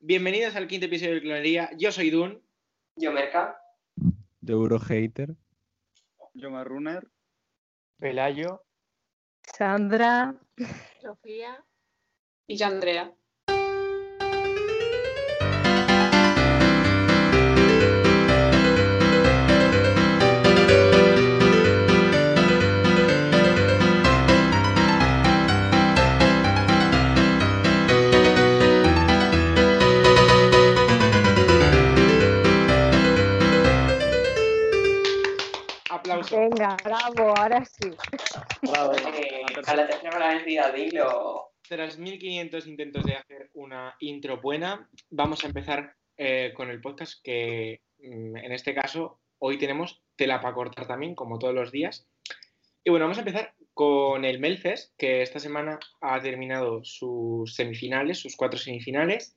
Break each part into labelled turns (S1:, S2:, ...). S1: Bienvenidos al quinto episodio de Clonería. Yo soy Dun.
S2: Yo, Merca.
S3: de Eurohater.
S4: Yo más runner.
S5: Pelayo.
S6: Sandra,
S7: Sofía y ya Andrea.
S1: Aplauso.
S6: venga, bravo, ahora sí.
S2: Bravo. Eh,
S4: tercera.
S2: a la tercera me la vencida, dilo.
S1: Tras 1500 intentos de hacer una intro buena, vamos a empezar eh, con el podcast que mm, en este caso hoy tenemos tela para cortar también, como todos los días. Y bueno, vamos a empezar con el Melfest, que esta semana ha terminado sus semifinales, sus cuatro semifinales.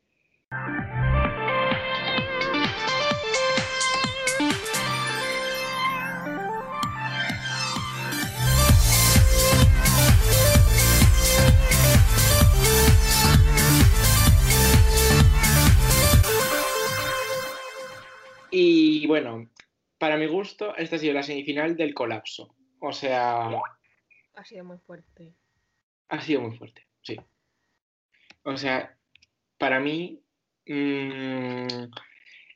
S1: Y bueno, para mi gusto, esta ha sido la semifinal del colapso. O sea,
S7: Ha sido muy fuerte.
S1: ha sido muy fuerte, sí. O sea, para mí, mm,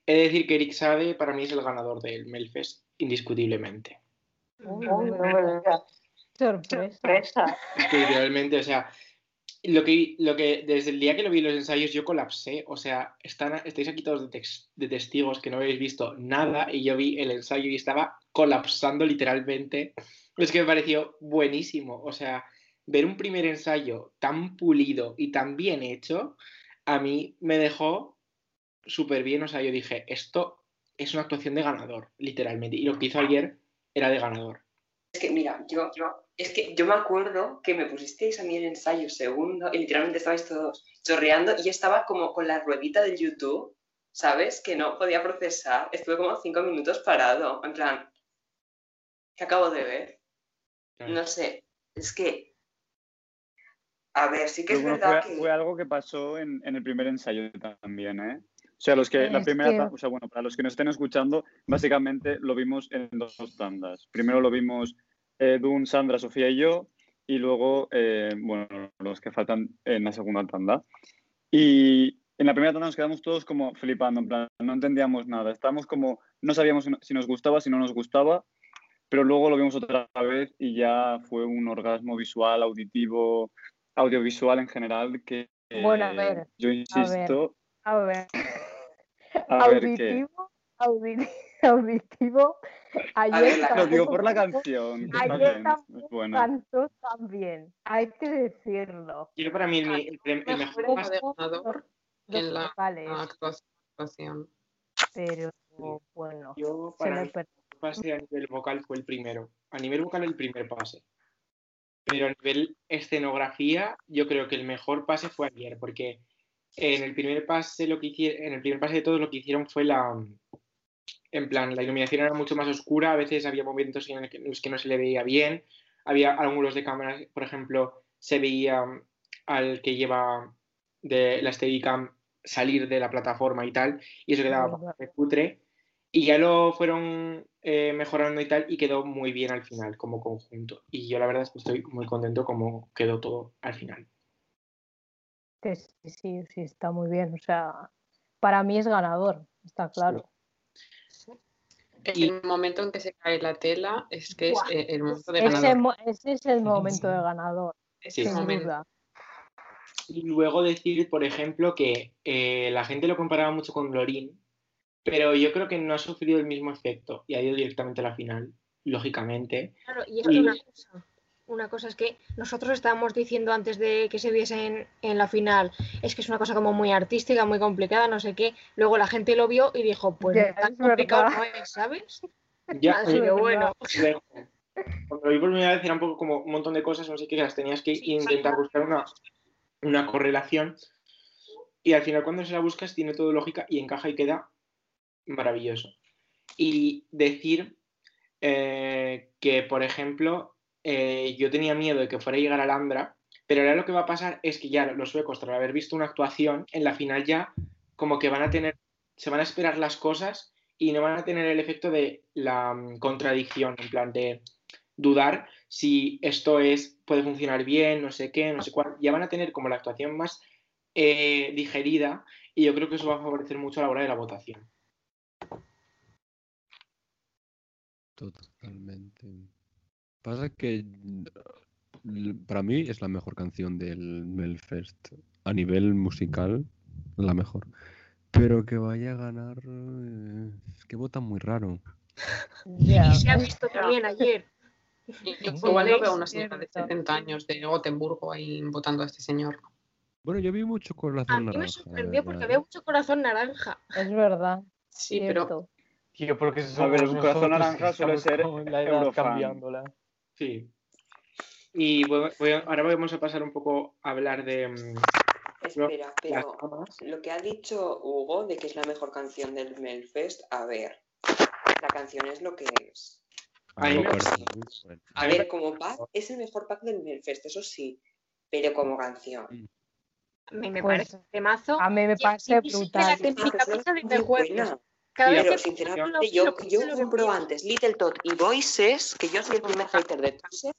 S1: he de decir que Eric Sade para mí es el ganador del Melfest, indiscutiblemente.
S8: Mm,
S6: Sorpresa.
S1: Es que literalmente, o sea, lo que, lo que desde el día que lo vi en los ensayos yo colapsé, o sea, están, estáis aquí todos de, tex- de testigos que no habéis visto nada y yo vi el ensayo y estaba colapsando literalmente. Es que me pareció buenísimo, o sea, ver un primer ensayo tan pulido y tan bien hecho, a mí me dejó súper bien, o sea, yo dije, esto es una actuación de ganador, literalmente, y lo que hizo ayer era de ganador.
S2: Es que, mira, yo, yo- es que yo me acuerdo que me pusisteis a mí el ensayo segundo y literalmente estabais todos chorreando y yo estaba como con la ruedita del YouTube, ¿sabes? Que no podía procesar. Estuve como cinco minutos parado, en plan, ¿qué acabo de ver? No sé, es que... A ver, sí que
S4: Pero
S2: es
S4: bueno,
S2: verdad
S4: fue,
S2: que...
S4: fue algo que pasó en, en el primer ensayo también, ¿eh? O sea, los que, la
S6: Es
S4: primera,
S6: que-
S4: ta- o sea, bueno, para los que nos estén escuchando, básicamente lo vimos en dos tandas. Primero lo vimos eh, Dun, Sandra, Sofía y yo, y luego, eh, bueno, los que faltan en la segunda tanda. Y en la primera tanda nos quedamos todos como flipando, en plan, no entendíamos nada. Estábamos como, no sabíamos si no- si nos gustaba, si no nos gustaba, pero luego lo vimos otra vez y ya fue un orgasmo visual, auditivo, audiovisual en general que
S6: Bueno, a
S4: eh,
S6: ver,
S4: yo insisto
S6: A ver,
S4: a ver, que
S6: auditivo, audi- auditivo. Ayer
S2: A ver, la-
S4: lo
S6: tampoco
S4: digo por la
S6: me
S4: canción que
S6: Ay,
S4: está
S6: yo
S4: bien,
S6: tampoco
S4: es buena
S6: Cantó también, hay que decirlo.
S1: Yo para mí el, el- el mejor
S7: Mejor
S1: más
S7: de ganador que en la
S6: Vale,
S7: actuación. actuación.
S6: pero bueno,
S1: yo
S6: se
S1: para
S6: me
S1: mí-
S6: perdió.
S1: pase a nivel vocal fue el primero. A nivel vocal el primer pase. Pero a nivel escenografía, yo creo que el mejor pase fue ayer, porque en el primer pase lo que hicieron, en el primer pase de todos lo que hicieron fue la en plan, la iluminación era mucho más oscura, a veces había momentos en el que- en los que no se le veía bien, había ángulos de cámara, por ejemplo, se veía al que lleva de la Steadicam salir de la plataforma y tal, y eso quedaba
S6: Verdad.
S1: bastante cutre. Y ya lo fueron eh, mejorando y tal, y quedó muy bien al final como conjunto. Y yo la verdad es que estoy muy contento como quedó todo al final.
S6: que sí, sí, sí, está muy bien. O sea, para mí es ganador, está claro.
S1: Y-
S7: El momento en que se cae la tela es que es
S6: Buah.
S7: eh, el momento de
S6: Ese,
S7: ganador.
S6: mo- ese es el momento de ganador,
S7: Es
S1: Sí.
S7: el
S6: sin
S7: momento.
S6: duda.
S1: Y luego decir, por ejemplo, que eh, la gente lo comparaba mucho con Lorin, pero yo creo que no ha sufrido el mismo efecto y ha ido directamente a la final, lógicamente.
S8: Claro, y es
S1: Y-
S8: que una cosa, una cosa es que nosotros estábamos diciendo antes de que se viesen en la final, es que es una cosa como muy artística, muy complicada, no sé qué. Luego la gente lo vio y dijo, pues
S6: Ya,
S8: tan
S6: es
S8: complicado
S6: verdad.
S8: no es, ¿sabes?
S1: Ya,
S8: Así
S1: oye,
S8: que
S6: verdad.
S8: bueno,
S1: luego, cuando lo vi por primera vez era un poco como un montón de cosas, no sé qué, que las tenías que intentar buscar una, una correlación. Y al final cuando se la buscas tiene todo lógica y encaja y queda maravilloso. Y decir eh, que, por ejemplo, eh, yo tenía miedo de que fuera a llegar a Alhambra, pero ahora lo que va a pasar es que ya los suecos, tras haber visto una actuación, en la final ya como que van a tener, se van a esperar las cosas y no van a tener el efecto de la mm, contradicción, en plan de dudar si esto es, puede funcionar bien, no sé qué, no sé cuál. Ya van a tener como la actuación más eh, digerida y yo creo que eso va a favorecer mucho a la hora de la votación.
S3: Totalmente. Pasa que mm, l- para mí es la mejor canción del Melfest. A nivel musical, la mejor. Pero que vaya a ganar. eh, es que vota muy raro.
S6: Ya.
S8: Y se ha visto también ayer.
S7: Igual yo veo una
S6: cierto.
S7: señora de 70 años de Gotemburgo ahí votando a este señor.
S3: Bueno, yo vi mucho
S8: A
S3: corazón
S8: mí me
S3: naranja. la
S8: sorprendió porque
S3: verdad.
S8: había mucho corazón naranja.
S6: Es verdad.
S7: Sí, pero
S6: cierto.
S5: Tío, porque esos
S4: A
S5: somos
S4: ver, el corazón
S5: nosotros que
S4: naranja suele
S5: estamos
S4: ser
S5: con la edad
S4: Eurofan.
S5: cambiándola.
S1: Sí. Y voy- voy a- ahora vamos a pasar un poco a hablar de mm,
S2: Espera,
S1: las
S2: pero
S1: camas.
S2: lo que ha dicho Hugo de que es la mejor canción del Melfest, a ver, la canción es lo que es.
S3: Ah,
S1: Ahí
S3: no,
S1: me
S3: corazón, bueno.
S2: A ver, como pack, es el mejor pack del Melfest, eso sí, pero como canción.
S8: A mí me
S6: Pues,
S8: parece un temazo.
S6: A mí me
S8: Sí, sí,
S6: parece
S8: sí, sí,
S6: brutal.
S8: que la técnica
S2: Pero
S8: pasa de
S2: es muy
S8: vergüenza.
S2: buena.
S8: Cada
S1: Pero,
S8: vez
S2: Pero
S8: que
S2: sinceramente, yo, yo compro antes Little Tot y Voices, que yo soy el primer hater de Voices,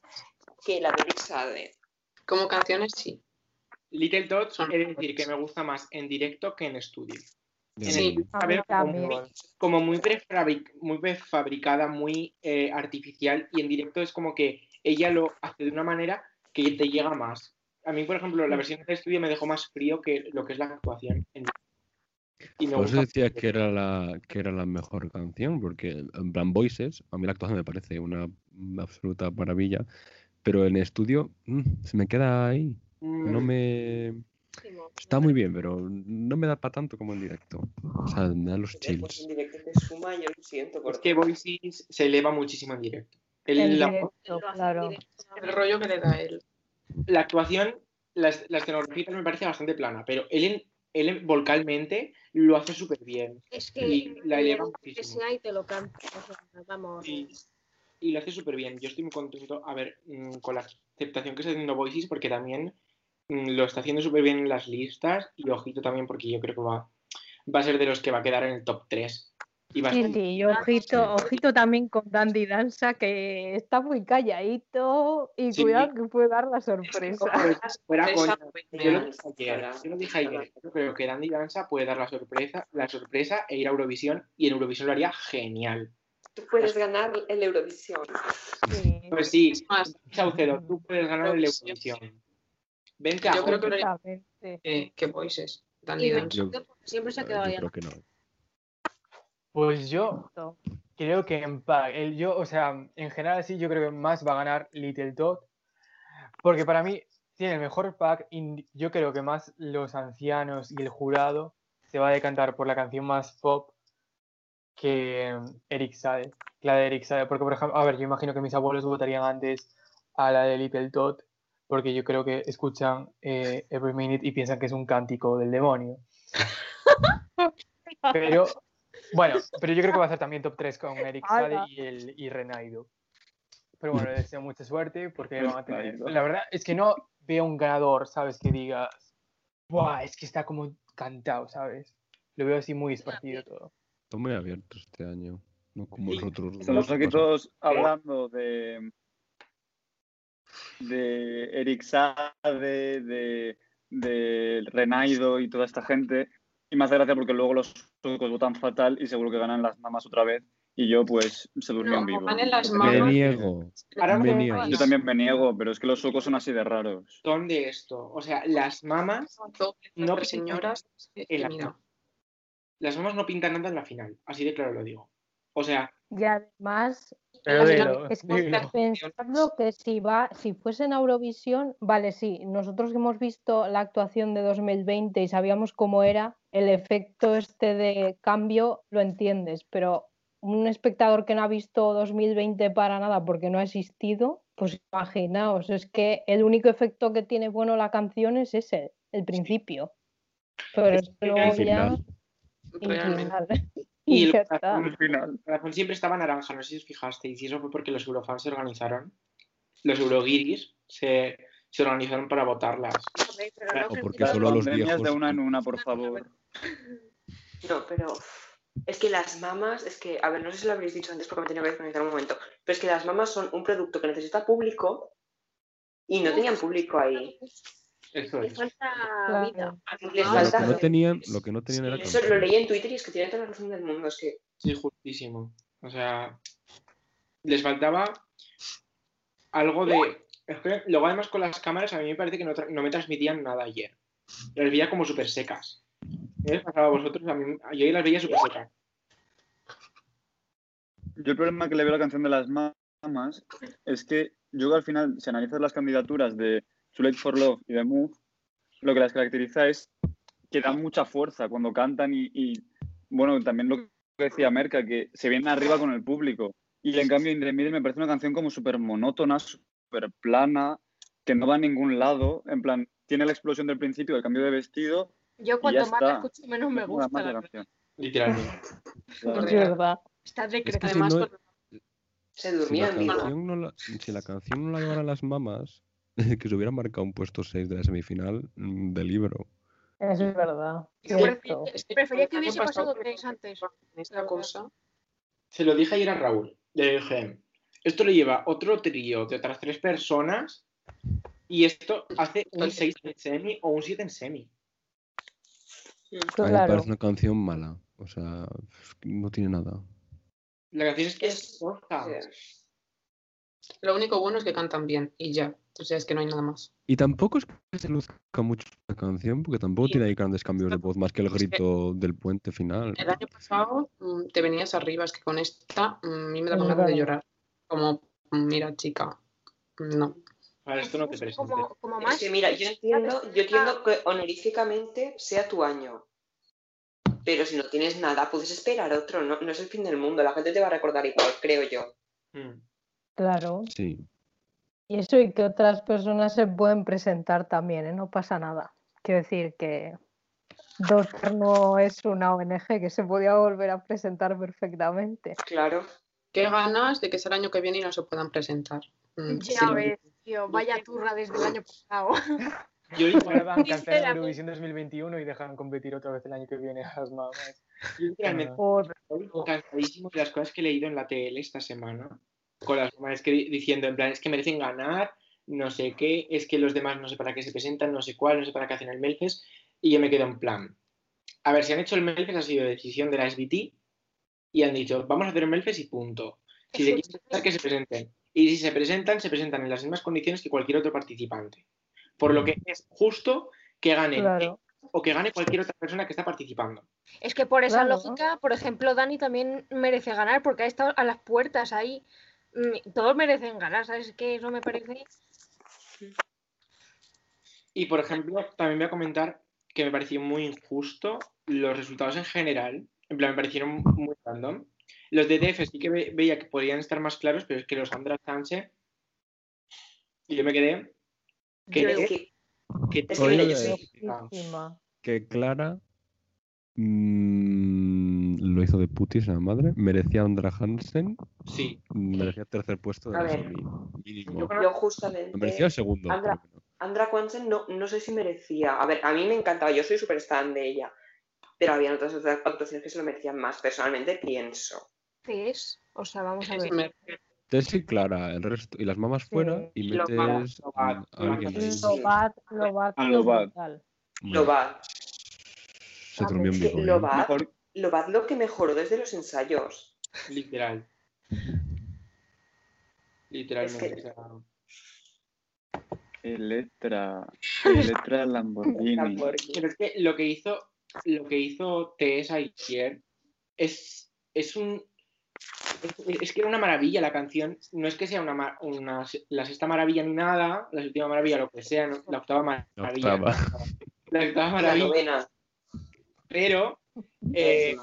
S2: que la de Big Sade.
S7: como canciones sí.
S1: Little Tots,
S7: Son
S1: es decir, que me gusta más en directo que en estudio.
S3: De
S1: En
S7: Sí.
S1: estudio,
S6: A
S1: a
S6: mí
S1: ver, como
S6: también.
S1: muy, como muy prefabric- muy prefabricada, muy eh, artificial, y en directo es como que ella lo hace de una manera que te llega más. A mí, por ejemplo,
S6: Mm.
S1: la versión de estudio me dejó más frío que lo que es la actuación. en- Y me
S3: Por eso
S1: gusta.
S3: decía que era, la, que era la mejor canción, porque en plan Voices, a mí la actuación me parece una absoluta maravilla, pero en estudio mm, se me queda ahí. No
S1: Mm,
S3: me... Está muy bien, pero no me da para tanto como en directo. O sea, me da
S1: Pues
S3: los
S2: Después pues, en
S3: chills.
S2: directo te suma, yo lo siento.
S1: Es
S2: Por
S1: que Voices se eleva muchísimo en directo. El-
S6: En
S1: la,
S6: directo, claro.
S7: El rollo que le da él.
S1: la actuación, la, es- la escenografía me parece bastante plana, pero él, en- él en- vocalmente lo hace súper bien.
S8: Es que
S1: Y la eleva muchísimo.
S8: y te lo canta. o sea, vamos.
S1: Y, y lo hace súper bien. Yo estoy muy contento, a ver, mm, con la aceptación que está haciendo Voices, porque también mm, lo está haciendo súper bien en las listas. Y ojito también, porque yo creo que va, va a ser de los que va a quedar en el top 3. Y va a
S6: Sí,
S1: estar-
S6: sí, y ojito, ojito también con Dandy Danza, que está muy calladito y
S1: Sí.
S6: cuidado que puede dar la
S1: Es
S6: sorpresa.
S1: como que fuera
S7: Esa
S1: coña.
S7: fue
S1: Yo lo
S7: genial.
S1: dije ayer, yo lo dije ayer, yo creo que Dandy Danza puede dar la sorpresa, la sorpresa e ir a Eurovisión y en Eurovisión lo haría genial.
S2: Tú puedes ganar el Eurovisión.
S6: Sí.
S1: Pues sí,
S7: Es más,
S1: Saucedo, tú puedes ganar el Eurovisión. Vente a
S7: Yo creo que lo-
S6: Exactamente.
S7: que, que Voices. Dandy
S8: Y me-
S7: Dance.
S3: Yo-
S8: Siempre se ha
S3: yo
S8: quedado ahí.
S3: creo que no.
S5: Pues yo creo que en pack, el yo, o sea, en general sí, yo creo que más va a ganar Little Dot, porque para mí tiene el mejor pack y n- yo creo que más los ancianos y el jurado se va a decantar por la canción más pop que eh, Eric Sade, que la de Eric Sade, porque por ejemplo, a ver, yo imagino que mis abuelos votarían antes a la de Little Dot, porque yo creo que escuchan eh, Every Minute y piensan que es un cántico del demonio. Pero bueno, pero yo creo que va a ser también top 3 con Eric Sade
S6: Ala.
S5: y, el, y Renaido. Pero bueno, les deseo mucha suerte porque van a tener...
S4: Renaido.
S5: La verdad es que no veo un ganador, ¿sabes? Que digas, ¡buah! Es que está como cantado, ¿sabes? Lo veo así muy esparcido todo.
S3: Está muy abierto este año. No como
S1: Sí,
S3: los otros.
S4: Estamos
S3: dos
S4: aquí
S3: pasados.
S4: todos hablando de, de Eric Sade, de, de Renaido y toda esta gente. Y me hace gracia porque luego los suecos votan fatal y seguro que ganan las mamas otra vez. Y yo, pues, se durmió
S7: No,
S4: en vivo.
S7: ganen las
S4: Me
S3: Me
S7: mamas.
S3: niego.
S1: Ahora
S3: Me
S1: vamos
S3: niego.
S1: a
S4: Yo también me niego, pero es que los suecos son así de raros.
S1: montón de esto. O sea, las mamas,
S7: Dos,
S1: No,
S7: tres señoras.
S1: en la-
S7: mira,
S1: las mamas no pintan nada en la final. Así de claro lo digo. O sea,
S6: Y además,
S5: Pero
S6: es-
S5: dilo,
S6: es
S5: dilo.
S6: pensando que si va, si fuesen a Eurovisión, vale, sí, nosotros que hemos visto la actuación de 2020 y sabíamos cómo era, el efecto este de cambio lo entiendes, pero un espectador que no ha visto 2020 para nada porque no ha existido, pues imaginaos, es que el único efecto que tiene bueno la canción es ese, el principio. Pero es que luego
S3: El
S6: ya
S3: final.
S6: el
S7: realmente.
S6: final.
S1: Y
S6: Y
S1: el
S6: ya
S1: corazón
S6: está.
S4: Al final.
S1: el corazón siempre estaba naranja, no sé si os fijasteis. Y eso fue porque los eurofans se organizaron. Los euroguiris se, se organizaron para votarlas.
S8: Pero no
S3: O
S8: creo
S3: porque
S8: que-
S4: Las
S3: solo a los
S4: pandemias
S3: viejos.
S4: de una en una, por favor.
S2: No, pero uf, es que las mamas, es que, a ver, no sé si lo habréis dicho antes porque me tenía que desconectar un momento, pero es que las mamas son un producto que necesita público y no tenían público ahí.
S1: Eso
S8: Le
S1: es.
S8: falta
S6: Claro.
S8: vida.
S2: Les
S3: Lo
S2: falta
S3: que no
S2: gente.
S3: tenían, lo que no tenían era
S2: Eso lo
S3: canciones.
S2: leí en Twitter y es que tiene toda la razón del mundo. Es que
S1: Sí, justísimo. O sea, les faltaba algo de. es que luego, además, con las cámaras, a mí me parece que no, tra- no me transmitían nada ayer. Las veía como súper secas. ¿No les pasaba a vosotros? A mí, yo las veía súper secas.
S4: Yo el problema que le veo a la canción de las mamas es que yo creo que al final, si analizas las candidaturas de Too Late for Love y de Move, lo que las caracteriza es que dan mucha fuerza cuando cantan y, y, bueno, también lo que decía Merca, que se vienen arriba con el público. Y en cambio, In the Middle me parece una canción como súper monótona, súper plana, que no va a ningún lado. En plan, tiene la explosión del principio, el cambio de vestido.
S8: Yo cuanto
S4: ya
S8: más la
S4: está.
S8: escucho, menos me
S4: nada
S8: gusta.
S4: más
S8: la
S4: la
S8: verdad.
S4: canción.
S1: Literalmente.
S6: Es
S7: Real.
S6: verdad.
S8: Está
S3: que
S8: decretada.
S3: si
S7: Además,
S3: no-
S7: con-
S2: se
S3: Si la,
S2: dormían vivo.
S3: canción no la, si la canción no la llevaran las mamas, que se hubiera marcado un puesto 6 de la semifinal mm, de libro.
S6: Es verdad.
S7: Yo creo
S6: Cierto.
S7: es
S8: Prefería que
S7: con-
S8: hubiese
S7: con-
S8: pasado
S7: con-
S8: tres antes.
S7: con Esta cosa.
S1: Se lo dije ayer a Raúl. Le dije: Esto le lleva otro trío de otras tres personas y esto hace un 6 en semi o un 7 en semi.
S3: A mí me
S6: Claro.
S3: parece una canción mala. O sea, es que no tiene nada.
S1: La canción es que es
S2: Es-
S1: corta.
S7: Lo único bueno es que cantan bien y ya. O sea, es que no hay nada más.
S3: Y tampoco es que se luzca mucho la canción, porque tampoco
S7: Sí.
S3: tiene ahí grandes cambios de voz, más que el
S7: Es que-
S3: grito del puente final.
S7: El año pasado mm, te venías arriba, es que con esta mm, a mí me daban
S6: Es
S7: ganas de
S6: verdad.
S7: llorar. Como, mm, mira, chica, mm, no.
S1: Para esto no te
S8: Es
S1: presentes.
S8: como, como
S2: Es
S8: más. Ah,
S2: que mira, yo entiendo, yo entiendo que honoríficamente sea tu año. Pero si no tienes nada, puedes esperar otro. No, no es el fin del mundo. La gente te va a recordar igual, creo yo.
S1: Mm.
S6: Claro.
S3: Sí.
S6: Y eso y que otras personas se pueden presentar también, ¿eh? no pasa nada. Quiero decir que Doctor no es una ONG que se podía volver a presentar perfectamente.
S2: Claro.
S7: Qué ganas de que sea el año que viene y no se puedan presentar. Mm, sí,
S8: Ya ves, tío, vaya turra desde el año pasado.
S1: Yo
S5: Ahora van a
S8: Sinceramente.
S5: cancelar Eurovisión 2021 y dejan competir otra vez el año que viene a las mamas.
S1: literalmente
S6: Por-
S1: estoy cansadísimo de las cosas que he leído en la TL esta semana. Con las mamás que di- diciendo, en plan, es que merecen ganar, no sé qué, es que los demás no sé para qué se presentan, no sé cuál, no sé para qué hacen el Melfes. Y yo me quedo en plan. A ver, si han hecho el Melfes, ha sido decisión de la SBT y han dicho, vamos a hacer el Melfes y punto. Si se quieren presentar, que se presenten. Y si se presentan, se presentan en las mismas condiciones que cualquier otro participante. Por lo que es justo que gane
S6: claro,
S1: o que gane cualquier otra persona que está participando.
S8: Es que por esa
S6: Claro.
S8: lógica, por ejemplo, Dani también merece ganar porque ha estado a las puertas ahí. Mm, Todos merecen ganar, ¿sabes? Es que eso me parece.
S1: Y por ejemplo, también voy a comentar que me pareció muy injusto los resultados en general. En plan, me parecieron muy random. Los de DF sí que ve- veía que podían estar más claros, pero es que los Andra Sánchez. Y yo me quedé. que-
S2: Pero es que,
S1: que-
S2: es que mira,
S3: Oye,
S2: yo soy.
S6: loquísima.
S3: que Clara mm, lo hizo de putis la madre. Merecía Andra Hansen,
S1: sí.
S3: merecía tercer puesto de
S2: A
S3: la
S2: ver.
S3: semi, mínimo.
S1: Yo creo-
S3: No merecía
S2: Yo justamente.
S3: el segundo.
S2: Andra-
S3: pero bueno.
S2: Andra Quansen no, no sé si merecía. A ver, a mí me encantaba. Yo soy súper fan de ella. Pero había otras otras actuaciones que se lo merecían más. Personalmente pienso.
S8: ¿Qué es? O sea, vamos a
S7: Es
S8: ver.
S7: mer-
S3: Tess y Clara, el resto, y las mamas fuera, y
S1: Lo malo,
S3: metes
S1: lo
S3: mm, a
S1: malo.
S3: alguien ahí.
S2: Sí.
S6: Lobat, Lobat,
S4: A
S6: lo
S4: Lobat.
S6: brutal.
S3: Bueno,
S2: Lo va.
S3: Se durmió en
S2: Es que
S3: Vigo, ¿eh?
S2: lo va.
S4: Mejor,
S2: Lo va lo que mejoró desde los ensayos.
S1: Literal. Literalmente.
S2: Es que-
S1: o sea,
S4: Electra, Electra Lamborghini.
S1: Pero es que lo que hizo, lo que hizo TS ayer es, es un. Es, es que era una maravilla la canción. No es que sea una, ma- una- la sexta maravilla ni nada, la séptima maravilla, lo que sea, no- la octava maravilla.
S3: La octava.
S1: La octava
S2: La
S1: maravilla.
S2: novena.
S1: Pero eh,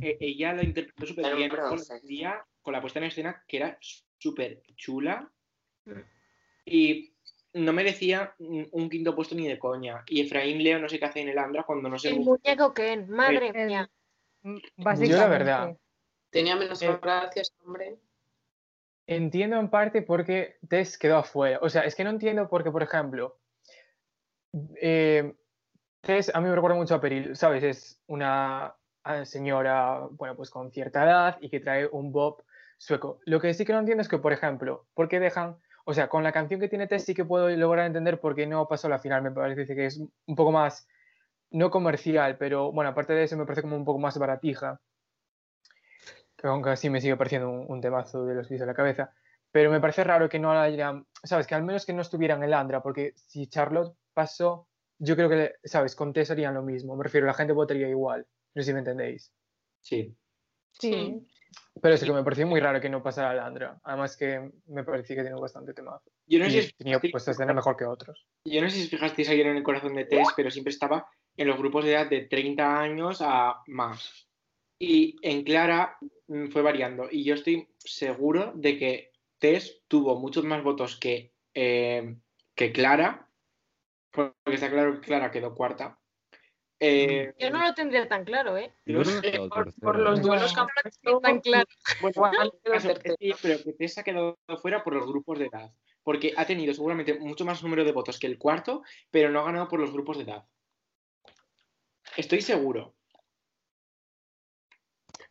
S1: eh, ella la interpretó súper
S2: Claro,
S1: bien
S2: pero,
S1: con
S2: o sea.
S1: la, día, con la puesta en escena que era súper chula y no merecía un un quinto puesto ni de coña. Y Efraín Leo no sé qué hace en el Andra cuando no se
S8: El
S1: gusta.
S8: muñeco Ken, madre
S6: El-
S8: mía.
S6: Mm,
S5: Yo la verdad,
S6: Básicamente.
S7: Tenía menos
S5: Eh.
S7: gracias, hombre.
S5: Entiendo en parte por qué Tess quedó afuera. O sea, es que no entiendo por qué, por ejemplo, eh, Tess a mí me recuerda mucho a Peril, ¿sabes? Es una a señora, bueno, pues con cierta edad y que trae un bop sueco. Lo que sí que no entiendo es que, por ejemplo, ¿por qué dejan? O sea, con la canción que tiene Tess sí que puedo lograr entender por qué no pasó la final. Me parece que es un poco más, no comercial, pero bueno, aparte de eso me parece como un poco más baratija. Que aunque así me sigue pareciendo un, un temazo de los pies de la cabeza. Pero me parece raro que no haya, sabes, que al menos que no estuvieran el Andra, porque si Charlotte pasó, yo creo que, sabes, con Tess harían lo mismo. Me refiero, la gente votaría igual. No sé si me entendéis.
S1: Sí.
S6: Sí.
S5: Pero es que me pareció muy raro que no pasara Landra. Además que me parecía que tenía bastante temazo.
S1: Yo no,
S5: Y
S1: sé si
S5: tenía
S1: sí.
S5: puestas de mejor que otros.
S1: yo no sé si os fijasteis ayer en el corazón de Tess, pero siempre estaba en los grupos de edad de 30 años a más. Y en Clara mm, fue variando. Y yo estoy seguro de que Tess tuvo muchos más votos que, eh, que Clara, porque está claro que Clara quedó cuarta. Eh,
S8: Yo no lo tendría tan claro, ¿eh?
S3: Yo
S1: no
S3: creo que ha quedado
S7: Por,
S3: tercero.
S7: por los
S5: No.
S7: duelos que han
S8: No tan claro.
S1: Bueno,
S7: Igual
S1: en
S7: quedó
S1: caso,
S7: tercero.
S1: sí, pero que Tess ha quedado fuera por los grupos de edad. Porque ha tenido seguramente mucho más número de votos que el cuarto, pero no ha ganado por los grupos de edad. Estoy seguro.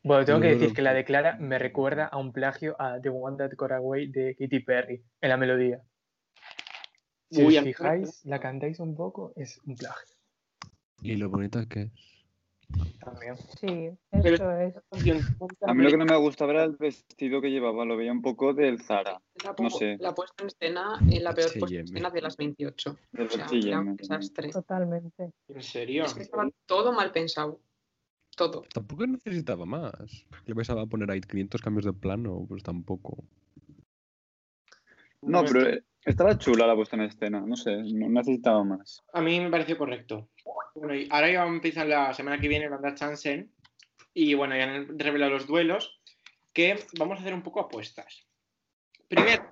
S5: Bueno, tengo
S3: Yo
S5: que
S3: creo
S5: decir
S3: que-
S5: que la de Clara me recuerda a un plagio a The One That Got Away de Katy Perry en la melodía. Si
S1: Uy, a
S5: os
S1: mí me
S5: fijáis, la cantáis un poco, es un plagio
S3: Y lo bonita que es.
S5: también.
S6: Sí,
S1: Pero-
S6: eso es.
S4: A mí lo que no me gustaba era el vestido que llevaba, lo veía un poco del Zara.
S7: La,
S4: No sé.
S7: la puesta en escena, eh, la peor puesta en
S3: H&M.
S7: escena de las 28.
S4: Del
S7: O sea,
S4: H&M,
S7: era un
S4: ¿no?
S7: desastre.
S6: Totalmente.
S1: ¿En serio?
S7: Es que estaba todo mal pensado. Todo.
S3: Tampoco necesitaba más. Le vais a poner ahí 500 cambios de plano, pues tampoco.
S4: No, pero eh, estaba chula la puesta en escena, no sé, no necesitaba más.
S1: A mí me pareció correcto. Bueno, y ahora ya empiezan la semana que viene Van Der Chansen. Y bueno, ya han revelado los duelos. Que vamos a hacer un poco apuestas. Primero,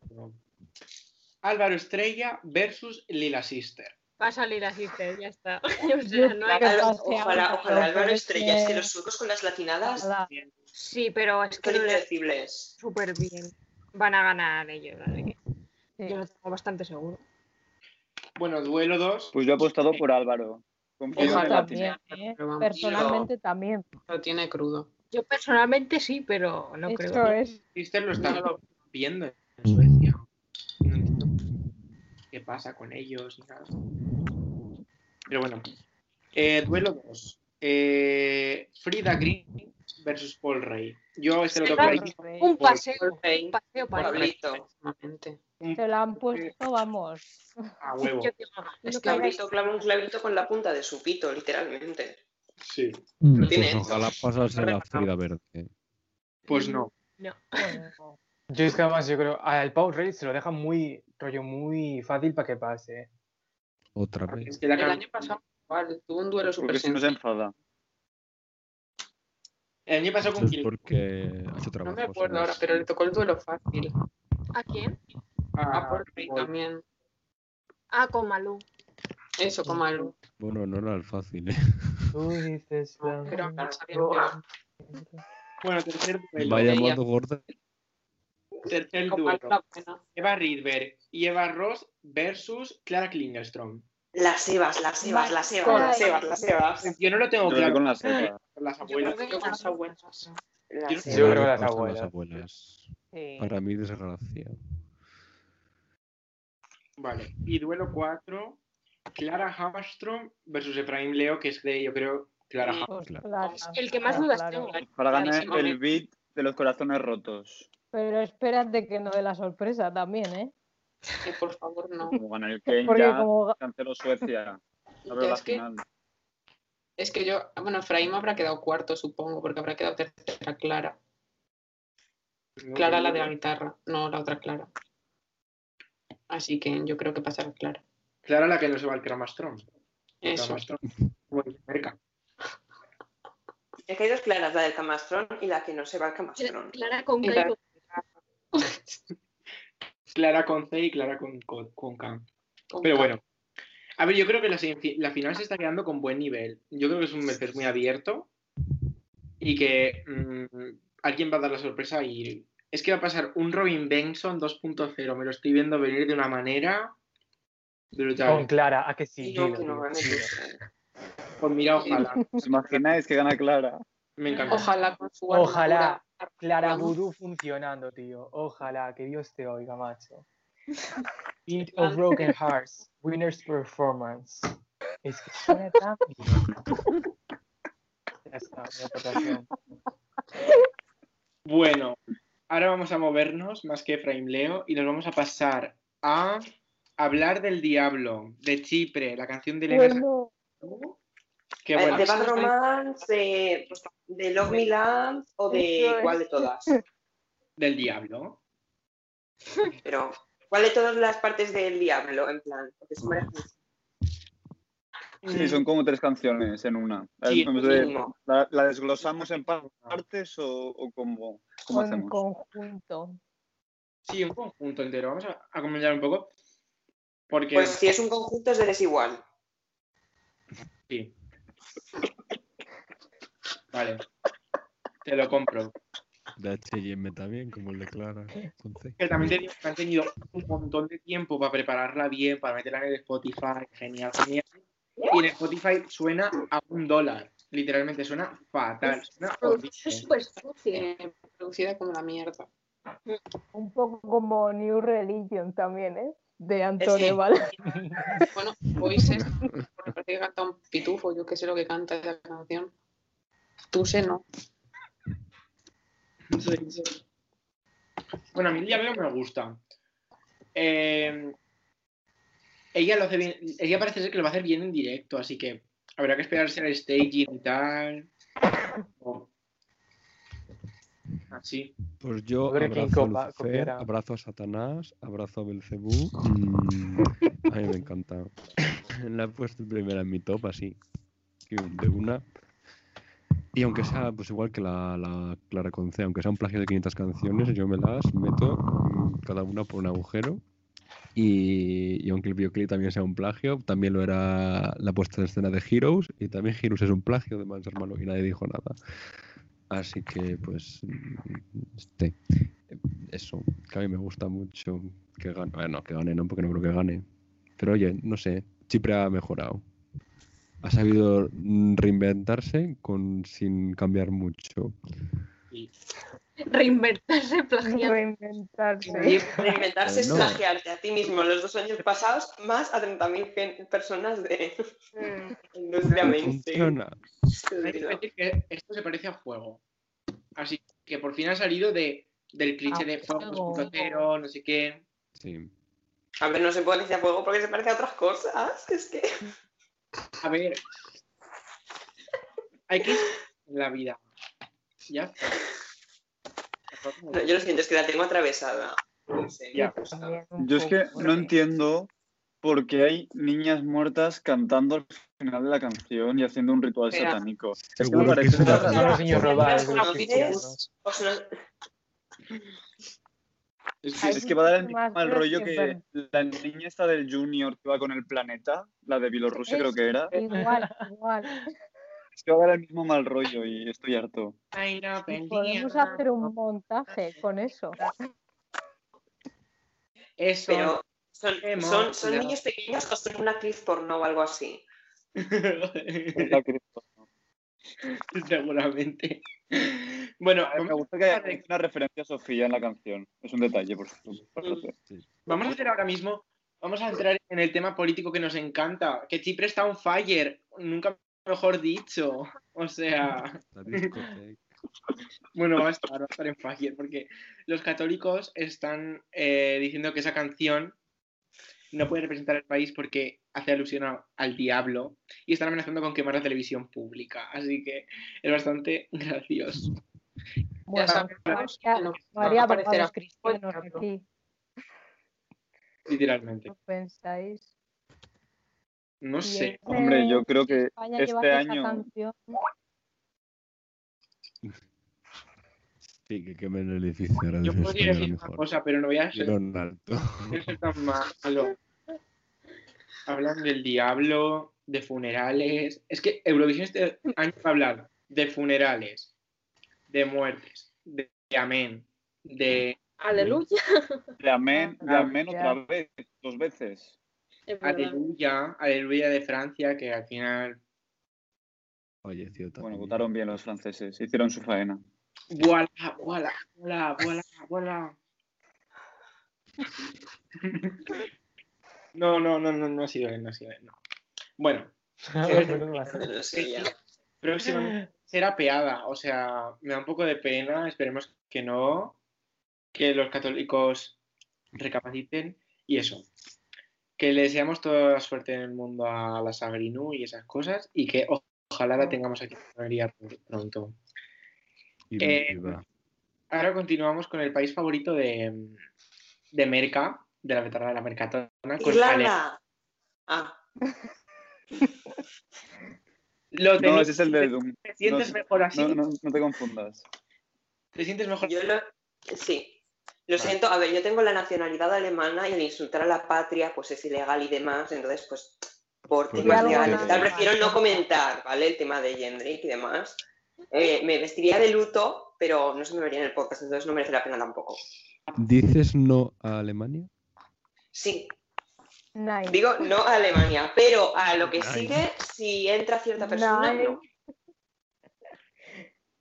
S1: Álvaro Estrella versus Lila Sister.
S8: Va a salir así, ya está.
S6: Yo-
S8: O sea, no hay-
S2: Álvaro-
S6: pase
S2: ojalá,
S6: algo,
S2: ojalá Álvaro
S6: pero
S2: Estrella,
S6: es
S2: es
S6: que-
S2: que los suecos con las latinadas
S6: Ojalá.
S8: Sí, pero es que
S2: son
S8: lo de-
S2: impredecibles.
S8: súper bien. Van a ganar ellos, así que
S6: Sí.
S8: yo lo tengo bastante seguro.
S1: Bueno, duelo 2.
S4: Pues yo he apostado por Álvaro. Confío
S6: Yo
S4: en el
S7: Ojalá.
S4: latino.
S6: también, ¿eh?
S7: Pero vamos.
S6: Personalmente también.
S7: Lo tiene crudo.
S8: Yo personalmente sí, pero no creo.
S6: Eso es.
S1: Sister lo está viendo en Suecia. No entiendo qué pasa con ellos ni nada. Pero bueno. Eh, duelo 2. Frida Green versus Paul Rey. Yo este lo tengo
S8: Frida
S1: clarísimo.
S8: Un
S1: Por-
S8: paseo, un paseo para
S2: Pablito.
S8: ellos.
S7: Próximamente.
S6: Se lo han puesto, vamos.
S1: A huevo.
S8: Yo digo, no.
S2: Es
S6: Lo
S2: que
S6: que
S2: Pablito clava un clavito con la punta de su pito, literalmente.
S1: Sí.
S3: Pues
S2: tiene esto.
S3: ojalá pasase la Frida Verde.
S1: Pues no.
S6: bueno,
S5: Yo es que además yo creo, al Pau Rey se lo deja muy, rollo, muy fácil para que pase. ¿eh?
S3: Otra
S1: Porque es
S3: vez.
S1: que la
S7: El
S1: can-
S7: año pasado igual, tuvo un duelo súper
S4: Porque si no se
S7: sencillo.
S4: enfada.
S1: El año pasado
S3: Eso
S1: con
S3: es
S1: quién?
S3: porque ha hecho trabajo.
S7: No me acuerdo ahora, pero le tocó el duelo fácil.
S8: ¿A quién?
S1: Ah,
S7: A Paul Rey
S1: Paul.
S7: también.
S8: Ah, con Malú.
S7: Eso, como algo.
S3: Bueno, no era el fácil, ¿eh?
S5: Tú dices...
S7: No,
S5: la-
S7: pero no sabía que-
S1: Bueno, tercer duelo.
S3: Vaya
S7: ella.
S3: modo gorda.
S1: Tercer
S7: como algo
S1: duelo.
S7: la buena.
S1: Eva Rydberg y Eva Ross versus Clara Klingelstrom.
S2: Las Evas, las Evas, las Evas,
S6: Vale.
S2: las Evas, las Evas.
S1: Yo no lo tengo
S4: Yo voy
S1: claro.
S4: con las Evas.
S1: Las
S7: Yo creo
S1: abuelas.
S7: que
S2: Yo
S7: con
S2: creo
S7: las
S2: que-
S7: abuelas.
S2: Las
S1: Yo-
S5: Yo creo
S2: Evas.
S5: que las
S3: Pasan
S5: abuelas.
S3: abuelas.
S6: sí.
S3: Para mí, desgracia.
S1: Vale. Y duelo 4. Clara Hammerstrom versus Efraín Leo, que es de, yo creo, Clara
S7: Sí.
S1: Hammerstrom.
S6: Pues
S3: Claro.
S6: claro,
S8: El que más
S6: claro,
S8: dudas
S6: Ah, claro.
S8: tengo.
S4: Para ganar el
S7: Clarísimamente.
S4: beat de los corazones rotos.
S6: Pero espérate que no de la sorpresa también, ¿eh?
S7: Que por favor no.
S4: Como ganar el Kane
S6: Porque
S4: ya,
S6: como
S4: canceló Suecia. No veo
S7: Ya
S4: la
S7: es que,
S4: final.
S7: es que yo, bueno, Efraín habrá quedado cuarto, supongo, porque habrá quedado tercera Clara. Clara la de la guitarra, no la otra Clara. Así que yo creo que pasará Clara.
S1: Clara la que no se va al Kramastrom.
S7: Eso.
S1: Muy cerca.
S2: Es que hay dos claras, la del camastrón y la que no se va al camastrón.
S8: Clara con
S7: Clara.
S8: K.
S1: Clara con C y Clara con, con, con K.
S7: Con
S1: Pero
S7: K.
S1: bueno. A ver, yo creo que la, semifi- la final se está quedando con buen nivel. Yo creo que es un Mercedes muy abierto y que mm, alguien va a dar la sorpresa y es que va a pasar un Robin Benson 2.0. Me lo estoy viendo venir de una manera
S5: Con
S1: brutal.
S5: Clara, ¿a que sí?
S2: Y yo
S5: Dilo,
S2: que no
S5: dilo,
S2: gane.
S5: dilo.
S2: pues, eh.
S1: Pues mira, ojalá.
S4: ¿Os imagináis que gana Clara?
S1: Me encanta.
S7: Ojalá con su
S5: Ojalá.
S7: armadura.
S5: Clara
S7: Vamos.
S5: Vudú funcionando, tío. Ojalá, que Dios te oiga, macho. Beat of Broken Hearts, Winner's Performance. Es que suena tan bien. Ya está, mi aportación.
S1: Bueno, ahora vamos a movernos más que Efraín Leo y nos vamos a pasar a hablar del Diablo, de Chipre, la canción de Elena.
S6: Bueno,
S1: Sabatini, Que
S2: Eh,
S1: bueno,
S2: Pues ¿De Bad Romance, de, pues, de Love Me Land o de
S6: Eso es.
S2: cuál de todas?
S1: del Diablo.
S2: Pero, ¿cuál de todas las partes del diablo? En plan, porque son varias cosas.
S7: Mm.
S4: Sí, son como tres canciones en una.
S1: Sí,
S4: En vez de-
S2: Mm, Mínimo.
S4: ¿La, la desglosamos en par- partes o, o cómo, cómo
S6: con
S4: hacemos?
S6: conjunto.
S1: Sí, un conjunto entero. Vamos a, a comentar un poco. Porque.
S2: Pues si es un conjunto es de desigual.
S1: Sí. Vale. Te lo compro.
S3: De H&M también, como el de Clara. Entonces,
S1: Que también te digo que han tenido un montón de tiempo para prepararla bien, para meterla en el Spotify. Genial, genial. Y en Spotify suena a un dólar. Literalmente suena fatal. Suena horrible.
S8: Producción súper sucia.
S7: Eh, producida como la mierda.
S6: Un poco como New Religion también, ¿eh? De
S2: que-
S6: Antonio Valls.
S7: Bueno, Voices, porque parece que canta un pitufo, yo que sé lo que canta esa canción. Tú sé, no.
S1: Bueno, a mí el diablo me gusta. Eh, ella lo hace bien. Ella parece ser que lo va a hacer bien en directo, así que habrá que esperarse al staging y tal. O- Así.
S3: pues yo
S5: A ver quién
S3: abrazo a
S5: copa-
S3: Lucifer,
S5: copiará.
S3: abrazo a Satanás, abrazo a Belcebú. mm, a mí me encanta. La he puesto primera en mi top, así. que De una. Y aunque sea, pues igual que la, la Clara Conce, aunque sea un plagio de 500 canciones, yo me las meto mm, cada una por un agujero. Y, y aunque el videoclip también sea un plagio, también lo era la puesta en escena de Heroes, y también Heroes es un plagio de Mans Hermano, y nadie dijo nada. Así que, pues, mm, este, eso, que a mí me gusta mucho que gane, bueno, que gane, no, porque no creo que gane. Pero oye, no sé, Chipre ha mejorado. Ha sabido mm, reinventarse con, sin cambiar mucho.
S8: Reinvertirse, plagiar.
S6: Reinventarse.
S2: Y Reinventarse es
S3: No.
S2: plagiarte a ti mismo los dos años pasados, más a 30.000 gen- personas de
S8: Mm.
S2: industria
S3: Y
S2: mainstream.
S3: Funciona.
S1: Hay que
S2: Estúpido.
S1: admitir que esto se parece a fuego. Así que por fin ha salido de, del cliché
S6: Ah,
S1: de fuego,
S6: Fuego.
S1: putotero, no sé qué.
S3: Sí.
S2: A ver, no se puede decir a fuego porque se parece a otras cosas. Es que.
S1: A ver. Hay que ir en la vida. Ya está. Tampoco
S2: No, yo lo siento, es que la tengo atravesada. No sé,
S1: Ya.
S2: o sea,
S4: Yo es que no entiendo por qué hay niñas muertas cantando al final de la canción y haciendo un ritual
S7: Espera.
S4: satánico. Es que me
S3: Seguro que
S4: parece
S3: es
S4: una-
S2: Claro,
S5: Son los niños
S2: claro,
S5: robados.
S2: claro,
S5: los
S2: claro,
S5: cristianos.
S2: os lo-
S1: Es
S6: Hay
S4: Es que va a dar el mismo
S6: muchísimas
S4: mal rollo que
S6: gracias,
S4: la niña esta del Junior que va con el planeta, la de Bielorrusia creo que era.
S6: Igual, igual.
S4: Es que va a dar el mismo mal rollo y estoy harto.
S1: Ay, no,
S6: Podemos hacer un montaje con eso.
S1: Eso.
S2: Pero son,
S1: Qué
S2: son, son
S1: monstruo.
S2: niños pequeños o son una actriz porno o algo así.
S1: Seguramente. Bueno,
S4: Me
S1: vamos-
S4: gusta que haya una referencia a Sofía en la canción. Es un detalle, por supuesto.
S1: vamos a hacer ahora mismo, vamos a entrar en el tema político que nos encanta, que Chipre está on fire, nunca mejor dicho. O sea,
S3: La discoteca.
S1: bueno, va a estar, va a estar en fire, porque los católicos están eh, diciendo que esa canción no puede representar al país porque hace alusión a- al diablo y están amenazando con quemar la televisión pública. Así que es bastante gracioso.
S7: Ya
S6: Bueno,
S7: sabemos que no.
S6: María
S7: va a aparecer
S6: abogados
S7: a-
S6: cristianos
S7: Oye,
S6: aquí,
S1: Literalmente.
S6: ¿no pensáis?
S1: No
S6: Y
S1: sé.
S6: es de
S4: Hombre, yo creo que
S6: España
S4: este
S6: llevas esa
S4: año-
S6: canción.
S3: Sí, que quemen el edificio ahora
S1: Yo
S3: desde
S1: podría
S3: España a lo
S1: decir una
S3: mejor.
S1: cosa, pero no voy a ser,
S3: Pero en alto.
S1: no voy a ser tan malo. Hablan del diablo, de funerales. Es que Eurovisión este año va a hablar de funerales, de muertes, de, de amén, de
S8: Aleluya.
S4: De amén, de
S1: Ah,
S4: amén otra vez, dos veces.
S8: Es verdad.
S1: aleluya, aleluya de Francia, que al final
S3: falleció también.
S4: Bueno, votaron bien los franceses, hicieron su faena.
S1: Voilà, voilà, voilà, voilà, voilà. No, no, no, no, no ha sido él, no ha sido él, no. Bueno,
S2: No sé ya.
S1: próximamente será peada, o sea, me da un poco de pena, esperemos que no, que los católicos recapaciten y eso. Que le deseamos toda la suerte en el mundo a la Sagrinu y esas cosas y que o- ojalá la tengamos aquí en Almería pr- pronto.
S3: Y
S1: Eh,
S3: viva.
S1: Ahora continuamos con el país favorito de, de Merca, de la veterana de la Mercatona, con Ale-
S2: Irlanda. Ah,
S1: Lo
S4: No,
S1: tenéis-
S4: ese es el de Doom.
S1: ¿Te sientes
S4: no,
S1: mejor así?
S4: No, no, no te confundas.
S1: ¿Te sientes mejor?
S2: yo lo. Sí. Lo
S1: Vale.
S2: siento, a ver, yo tengo la nacionalidad alemana y el insultar a la patria pues es ilegal y demás, entonces pues por
S3: Pues
S2: temas
S3: ya lo
S2: legales y tal,
S3: hablaremos.
S2: prefiero no comentar, ¿vale? El tema de Jendrik y demás. Eh, me vestiría de luto, pero no se me vería en el podcast, entonces no merece la pena tampoco.
S4: eh,
S3: ¿Dices no a Alemania?
S2: Sí,
S6: Nice.
S2: Digo, no a Alemania, pero a lo que
S3: Ay.
S2: sigue, si entra cierta persona,
S6: Nice.
S2: no.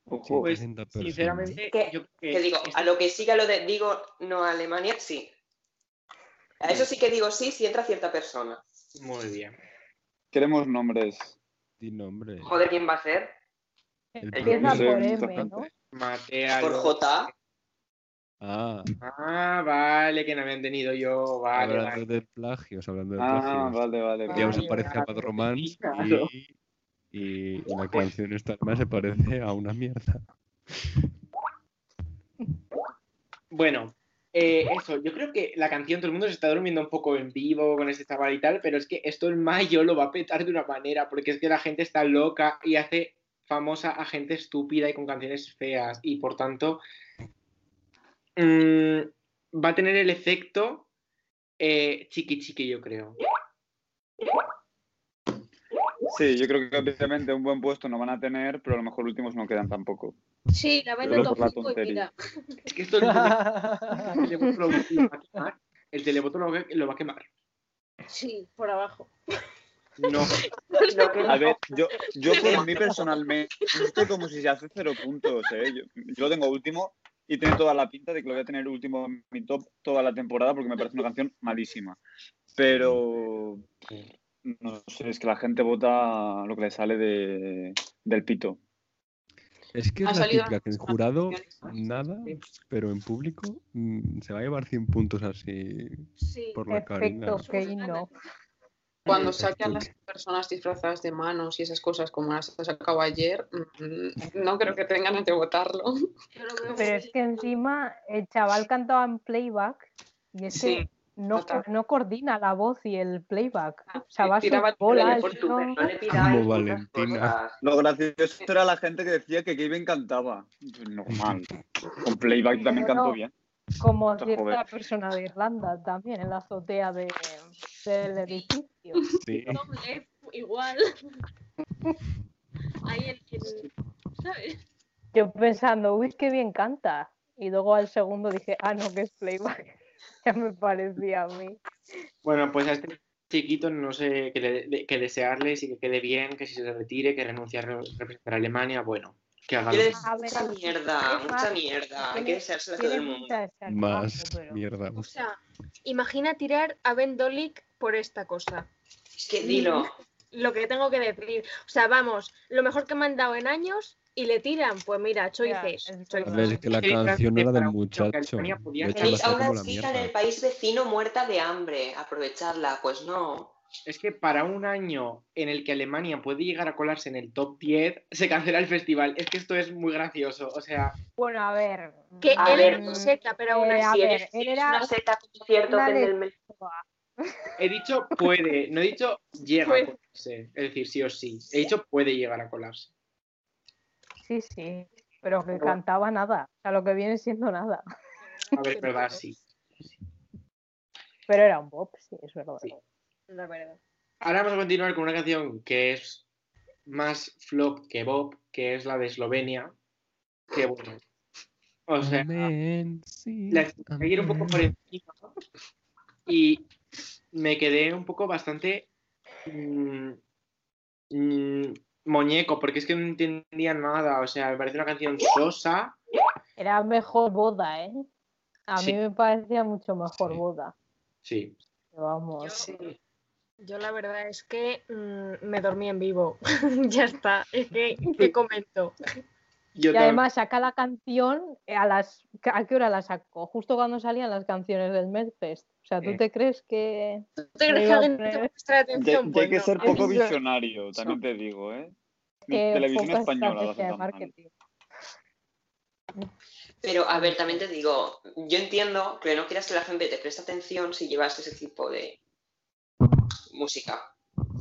S4: Ojo.
S1: Pues,
S3: 70 personas.
S1: Sinceramente,
S2: Que-
S1: yo creo que.
S2: Que digo, a lo que sigue, a lo de digo no a Alemania, sí. A eso sí que digo sí si entra cierta persona.
S1: Muy bien.
S4: Queremos nombres.
S3: Di nombre.
S2: Joder, ¿quién va a ser?
S3: El
S6: Empieza
S3: propio-
S6: por
S4: Sí,
S6: M, ¿no?
S3: bastante.
S1: Matea.
S2: Por
S1: lo-
S2: J.
S3: Ah,
S1: Ah, vale, que no había entendido yo. Vale, vale.
S3: hablando de plagios, hablando de
S4: Ah,
S3: plagios.
S4: vale, vale.
S3: Ya
S4: vale.
S3: os aparece a Bad Romance
S1: Claro. pues.
S3: y, y la canción esta más se parece a una mierda.
S1: Bueno, eh, eso, yo creo que la canción, todo el mundo se está durmiendo un poco en vivo con este chaval y tal, pero es que esto en mayo lo va a petar de una manera, porque es que la gente está loca y hace famosa a gente estúpida y con canciones feas, y por tanto mm, va a tener el efecto eh, chiqui chiqui, yo creo.
S4: Sí, yo creo que obviamente un buen puesto no van a tener, pero a lo mejor últimos no quedan tampoco.
S8: Sí, la venden
S4: Pero por la
S8: top 5 y
S4: tontería.
S8: mira.
S1: Es que esto el televoto lo va a quemar. El televoto lo va a- lo va a quemar.
S8: Sí, por abajo.
S1: No.
S2: Lo que
S4: A ver, yo, yo por mí personalmente, esto como si se hace cero puntos, ¿eh? Yo, yo lo tengo último y tiene toda la pinta de que lo voy a tener último en mi top toda la temporada porque me parece una canción malísima. Pero no sé, es que la gente vota lo que le sale de, del pito.
S3: Es que
S7: Ha
S3: es la
S7: salido
S3: típica que en
S7: algunas
S3: jurado
S7: canciones,
S3: nada,
S7: Sí.
S3: pero en público mm, se va a llevar 100 puntos así
S8: Sí.
S3: por la carina.
S6: Perfecto, que no.
S7: Cuando
S3: Exacto.
S7: saquen las personas disfrazadas de manos y esas cosas como las ha sacado ayer, mm, no creo que tengan ante votarlo.
S8: Yo lo veo
S6: Pero es
S8: muy-
S6: que encima el chaval cantaba en playback y este es que
S7: Sí,
S6: no,
S7: total.
S6: no coordina la voz y el playback.
S7: Ah,
S6: O sea, va su
S7: tiraba
S6: bola,
S7: de
S6: el
S2: por tu
S6: son-
S2: no le pidáis
S3: Como
S2: muchas
S3: Valentina.
S2: cosas.
S4: Lo gracioso era la gente que decía que Gaben cantaba. Normal. Con playback también
S6: Pero no.
S4: cantó bien.
S6: como
S4: Joder.
S6: cierta persona de Irlanda también en la azotea de, del edificio.
S3: Sí.
S8: Tom Leff, igual. Ahí el que. ¿Sabes?
S6: Yo pensando, uy, qué bien canta. Y luego al segundo dije, ah, no, que es playback. ya me parecía a mí.
S1: Bueno, pues a este chiquito no sé que, le- que desearles y que quede bien, que si se retire, que renuncie a re- representar a Alemania, bueno, que haga
S2: Yo
S1: lo
S2: le
S1: que-
S2: deseo mucha mierda, mucha mierda. Hay que deseársela a todo el
S6: Tiene
S2: mundo.
S6: pinta de ser
S3: Más
S6: majo, pero-
S3: mierda.
S8: O sea, imagina tirar a Ben Dolik por esta cosa.
S2: Es que dilo.
S8: Lo que tengo que decir. O sea, vamos, lo mejor que me han dado en años y le tiran. Pues mira, choices.
S6: Ya, es
S3: A
S8: choices.
S3: ver, es que la
S1: Sí,
S3: canción
S1: claro,
S3: era del
S1: para un tío que
S3: muchacho.
S1: Alemania podía
S3: De hecho,
S1: tener
S3: la
S2: Tenéis a
S3: está como
S2: una
S3: la
S2: chica en el
S3: mierda.
S2: país vecino muerta de hambre. Aprovecharla, pues no.
S1: Es que para un año en el que Alemania puede llegar a colarse en el top 10, se cancela el festival. Es que esto es muy gracioso. O sea,
S6: Bueno, a ver.
S8: Que
S2: A
S8: él
S2: ver,
S8: es
S6: mm,
S8: muy seca, pero aún
S6: eh, a
S8: así.
S6: ver, él era
S2: seta concierto
S6: una
S2: que en el mes-
S1: he dicho puede, no he dicho llega a colarse. Es decir, sí o sí. He dicho puede llegar a colarse.
S6: Sí, sí, pero que cantaba nada, o sea, lo que viene siendo nada.
S1: A ver, verdad, sí.
S6: Pero era un pop, sí, es verdad.
S1: Sí.
S8: La verdad.
S1: Ahora vamos a continuar con una canción que es más flop que Bob, que es la de Eslovenia. Que bueno. O sea,
S3: Amén, sí,
S1: la seguir un poco por
S3: amén.
S1: encima. ¿no? Y me quedé un poco bastante. mm, mm, muñeco, porque es que no entendía nada. O sea, me parece una canción sosa.
S6: Era mejor boda, ¿eh? A
S1: Sí.
S6: mí me parecía mucho mejor
S3: Sí.
S6: boda.
S1: Sí.
S6: Vamos.
S8: Sí. Yo la verdad es que mm, me dormí en vivo. ya está. Es que, ¿qué comento?
S1: Yo
S6: Y además saca la canción eh, a las a qué hora la sacó, justo cuando salían las canciones del Medfest. O sea, ¿tú
S1: Sí.
S6: te crees que
S8: ¿Tú te crees que
S6: Iba a
S8: alguien te
S6: poner-
S8: presta la
S4: Ya- ya
S8: atención? pues,
S4: hay que
S8: Bueno,
S4: ser
S6: a mí
S4: poco
S6: me-
S4: visionario, también te digo, ¿eh?
S6: que
S4: Televisión
S6: poca
S4: española. lo hace
S6: estrategia de
S4: tan mal.
S6: marketing?
S2: Pero, a ver, también te digo, yo entiendo que no quieras que la gente te preste atención si llevas ese tipo de música.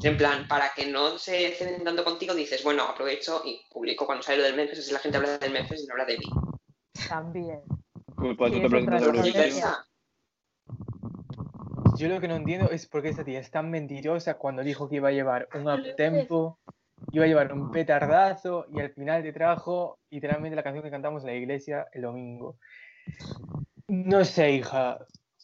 S2: En plan, para que no se ceden tanto contigo, dices, bueno, aprovecho y publico cuando sale lo del Memphis, así la gente habla del Memphis y no habla de mí.
S6: También.
S4: Pues para
S6: Sí,
S4: eso te
S6: es
S4: presentas a
S6: otra
S2: Pero
S6: estrategia.
S4: Eurovisión.
S2: viceversa.
S5: Yo lo que no entiendo es por qué esta tía es tan mentirosa cuando dijo que iba a llevar un up tempo, iba a llevar un petardazo y al final te trajo literalmente la canción que cantamos en la iglesia el domingo. No sé, hija.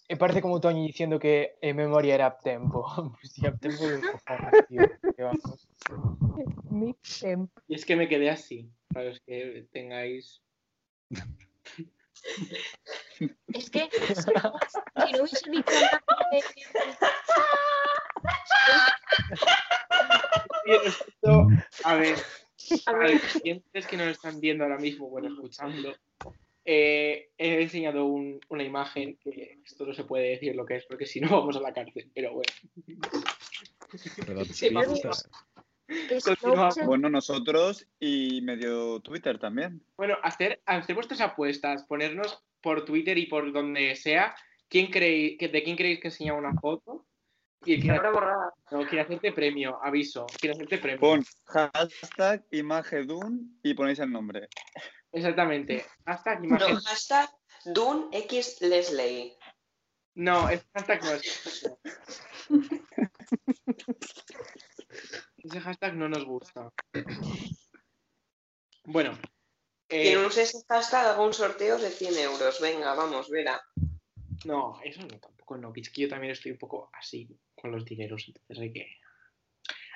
S5: Me parece como Toñi diciendo que en memoria era up tempo. Pues sí, up tempo de cojones, tío. Que vamos.
S6: Mi em-
S1: Y es que me quedé así, para los que tengáis.
S8: Es que si no, si no hubiese dicho nada eh, de-
S1: Esto, a ver,
S8: A
S1: para
S8: ver,
S1: los clientes que nos están viendo ahora mismo, bueno, escuchando, eh, he enseñado un- una imagen que esto no se puede decir lo que es, porque si no vamos a la cárcel, pero bueno.
S3: Pero
S7: Sí,
S3: tú-
S7: vamos.
S8: que si no
S1: Continúa.
S8: hubiese-
S4: Bueno, nosotros y medio Twitter también.
S1: Bueno, hacer, hacer vuestras apuestas, ponernos por Twitter y por donde sea, ¿quién creéis, que- ¿de quién creéis que enseña una foto? Y el que
S2: Ahora borrada.
S1: no, quiere hacerte premio, aviso, quiere hacerte premio.
S4: Pon hashtag imagedun y ponéis el nombre.
S1: Exactamente. Hashtag
S2: No,
S1: imagen.
S2: hashtag Dune X Leslie.
S1: No, es hashtag no es. Ese hashtag no nos gusta. Bueno. eh,
S2: Quien use ese hashtag haga un sorteo de 100 euros. Venga, vamos, Vera.
S1: no, eso no, tampoco no. que Es que yo también estoy un poco así con los dineros, entonces hay que.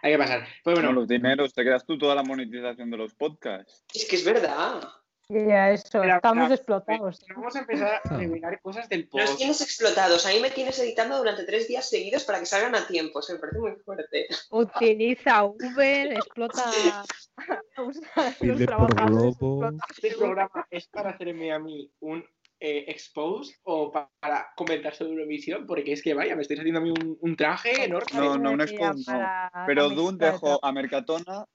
S1: Hay que pasar. Pues
S4: Bueno,
S1: bueno,
S4: los dineros, te quedas tú toda la monetización de los podcasts.
S2: Es que es verdad.
S6: Ya, eso,
S1: Espera,
S6: estamos
S1: espera.
S6: explotados.
S1: vamos a empezar a revelar cosas del
S2: Nos
S4: Pues
S1: post.
S2: tienes explotados. A mí me tienes editando durante tres días seguidos para que salgan a tiempo. Se me parece muy fuerte.
S6: Utiliza Uber, explota a los
S3: Pide por
S6: trabajadores,
S3: globo.
S6: explota-
S1: ¿Este programa es para hacerme a mí un eh, expose o pa- para comentar sobre Eurovisión? Porque es que vaya, me estáis haciendo a mí un, un traje enorme.
S4: No, no, un
S6: Una
S4: expo
S6: tía
S4: no.
S6: para la
S4: Pero
S6: mesa
S4: Dun
S6: de
S4: dejó a Mercatona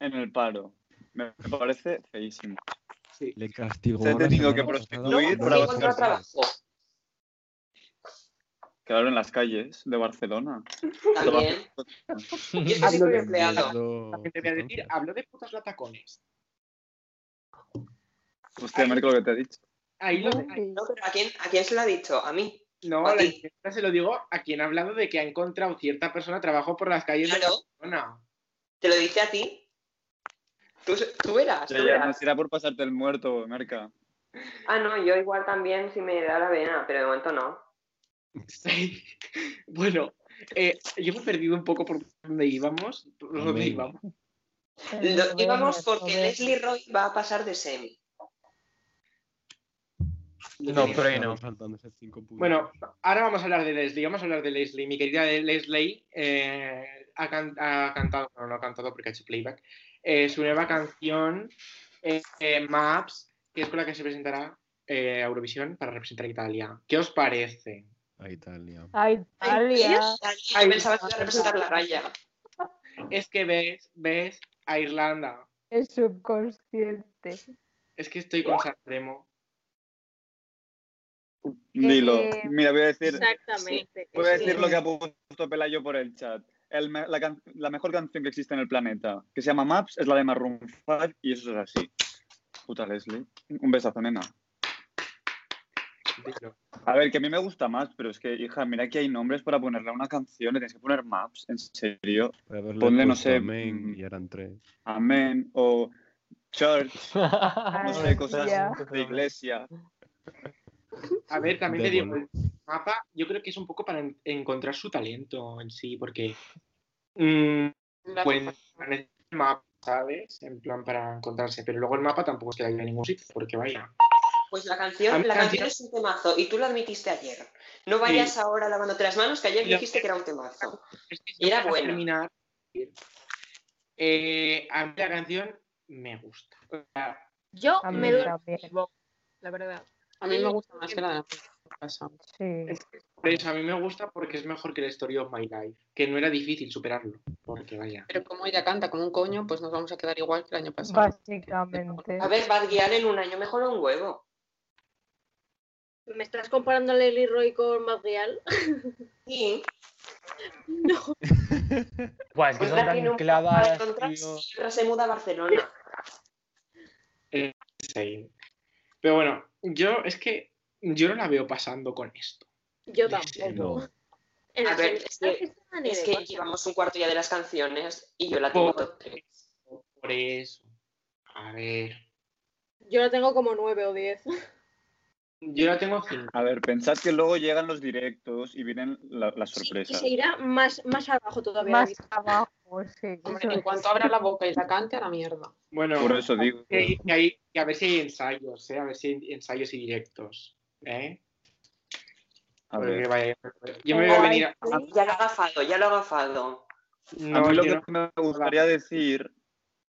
S4: en el paro. Me parece feísimo.
S1: Sí.
S3: Le castigó.
S4: Se ha
S3: la
S4: tenido
S3: semana
S4: que
S3: pasada,
S2: No,
S4: prostituir Fluir
S2: porque
S3: no
S4: para
S3: le
S2: encontró
S4: buscar
S3: castigó.
S2: trabajo.
S4: Claro, en las calles de Barcelona.
S2: También. Yo
S1: Hablo
S2: estoy
S1: de
S2: empleado.
S1: También te voy a decir, "Ah, habló de putos latacones.
S4: Hostia, Merck, lo que te he dicho.
S1: Ahí lo ahí-
S6: trabajo.
S2: No, pero ¿a quién, ¿a quién se lo ha dicho? A mí.
S1: No,
S2: ¿A
S1: la
S2: ti?
S1: entrevista se lo digo a quien ha hablado de que ha encontrado cierta persona trabajo por las calles
S2: Claro.
S1: de Barcelona.
S2: ¿Te lo dice a ti? Tú, tú verás,
S4: Ya,
S2: tú
S4: ya, no
S2: verás.
S4: será por pasarte el muerto, Merca.
S2: Ah, no, yo igual también si me da la vena, pero de momento no.
S1: Sí. Bueno, eh, yo me he perdido un poco por dónde íbamos. por dónde
S3: Amén.
S1: íbamos.
S2: Lo,
S6: Uber,
S2: íbamos
S6: joder.
S2: porque Leslie Roy va a pasar de semi.
S5: No, pero ahí no.
S1: Bueno, ahora vamos a hablar de Leslie. Vamos a hablar de Leslie. Mi querida Leslie eh, ha, can- ha cantado, no, no ha cantado porque ha hecho playback, eh, su nueva canción, eh, eh, Maps, que es con la que se presentará eh, a Eurovisión para representar a Italia. ¿Qué os parece?
S3: A Italia.
S6: A Italia.
S2: Yo pensaba que iba a representar la raya.
S1: Es que ves, ves a Irlanda.
S6: Es subconsciente.
S1: Es que estoy con Sanremo.
S4: Dilo.
S6: Eh,
S4: Mira, voy a decir,
S8: Exactamente.
S4: voy a
S8: Sí.
S4: decir lo que ha puesto Pelayo por el chat. El me- la, can- la mejor canción que existe en el planeta, que se llama Maps, es la de Maroon 5 y eso es así. Puta Leslie. Un besazo, nena.
S1: Dilo.
S4: A ver, que a mí me gusta Maps, pero es que, hija, mira que hay nombres para ponerle a una canción, le tienes que poner Maps, en serio.
S3: Por haberle
S4: Ponle, no
S3: puesto
S4: sé,
S3: Amén
S4: mm,
S3: y eran tres.
S4: Amén. O Church, no
S6: Ay,
S4: sé, cosas
S6: ya.
S4: de iglesia.
S1: A ver, también te digo,
S3: Devil.
S1: el mapa yo creo que es un poco para en- encontrar su talento en sí, porque mm,
S7: La-
S1: Bueno, en el mapa ¿sabes? En plan para encontrarse. Pero luego el mapa tampoco es que haya en ningún sitio, porque vaya.
S2: Pues la
S1: A
S2: canción,
S1: mí
S2: la
S1: la
S2: canción
S1: canción-
S2: es un temazo y tú lo admitiste ayer. No vayas
S1: Sí.
S2: ahora lavándote las manos, que ayer
S1: Yo-
S2: dijiste que era un temazo.
S1: Es que
S2: Era
S1: para
S2: bueno.
S1: terminar, eh, a mí la canción me gusta. O sea,
S8: Yo
S6: A
S1: Mm.
S8: me
S6: mí
S8: duele,
S6: también,
S8: la verdad.
S7: A
S8: Mm,
S7: mí me gusta más
S8: em,
S7: que la de la casa.
S6: sí.
S1: por eso a mí me gusta porque es mejor que el Story of My Life, que no era difícil superarlo, porque vaya.
S7: Pero como ella canta como un coño, pues nos vamos a quedar igual que el año pasado.
S6: Básicamente.
S2: A ver, Bad Gyal en un año mejor un huevo.
S8: ¿Me estás comparando a Lily Roy con Bad Gyal?
S2: Sí.
S5: Buah, es que
S2: Pues
S5: son
S2: la tiene
S5: tan
S2: un par de
S5: clavadas,
S2: contras
S5: tío.
S2: y otra se muda a Barcelona.
S1: Sí. Pero bueno, yo es que yo no la veo pasando con esto.
S8: Yo
S1: No
S8: tampoco.
S1: sé,
S3: No.
S8: En
S2: A
S8: la
S2: ver,
S8: semifinal
S2: es que-
S8: estaban ni
S2: Es
S8: de
S2: que
S8: coña.
S2: llevamos un cuarto ya de las canciones y yo la tengo
S1: Por-
S2: top tres.
S1: Por eso. A ver.
S8: Yo la tengo como nueve o diez.
S1: Yo la tengo cinco.
S4: A ver, pensad que luego llegan los directos y vienen la- las
S8: Sí,
S4: sorpresas.
S8: se irá más, más abajo todavía.
S6: Más
S8: David.
S6: abajo, sí.
S7: Hombre, en cuanto abra la boca y la cante, a la mierda.
S1: Bueno,
S4: Por eso digo.
S1: que- que hay- que a ver si hay ensayos, ¿eh? a ver si hay ensayos y directos. ¿eh?
S4: A
S1: Porque
S4: ver.
S1: vaya- yo me voy a
S2: Ay,
S1: venir a-
S2: Ya lo ha agafado, ya lo ha agafado.
S1: no,
S4: A mí lo
S1: yo
S4: que
S1: no-
S4: me gustaría decir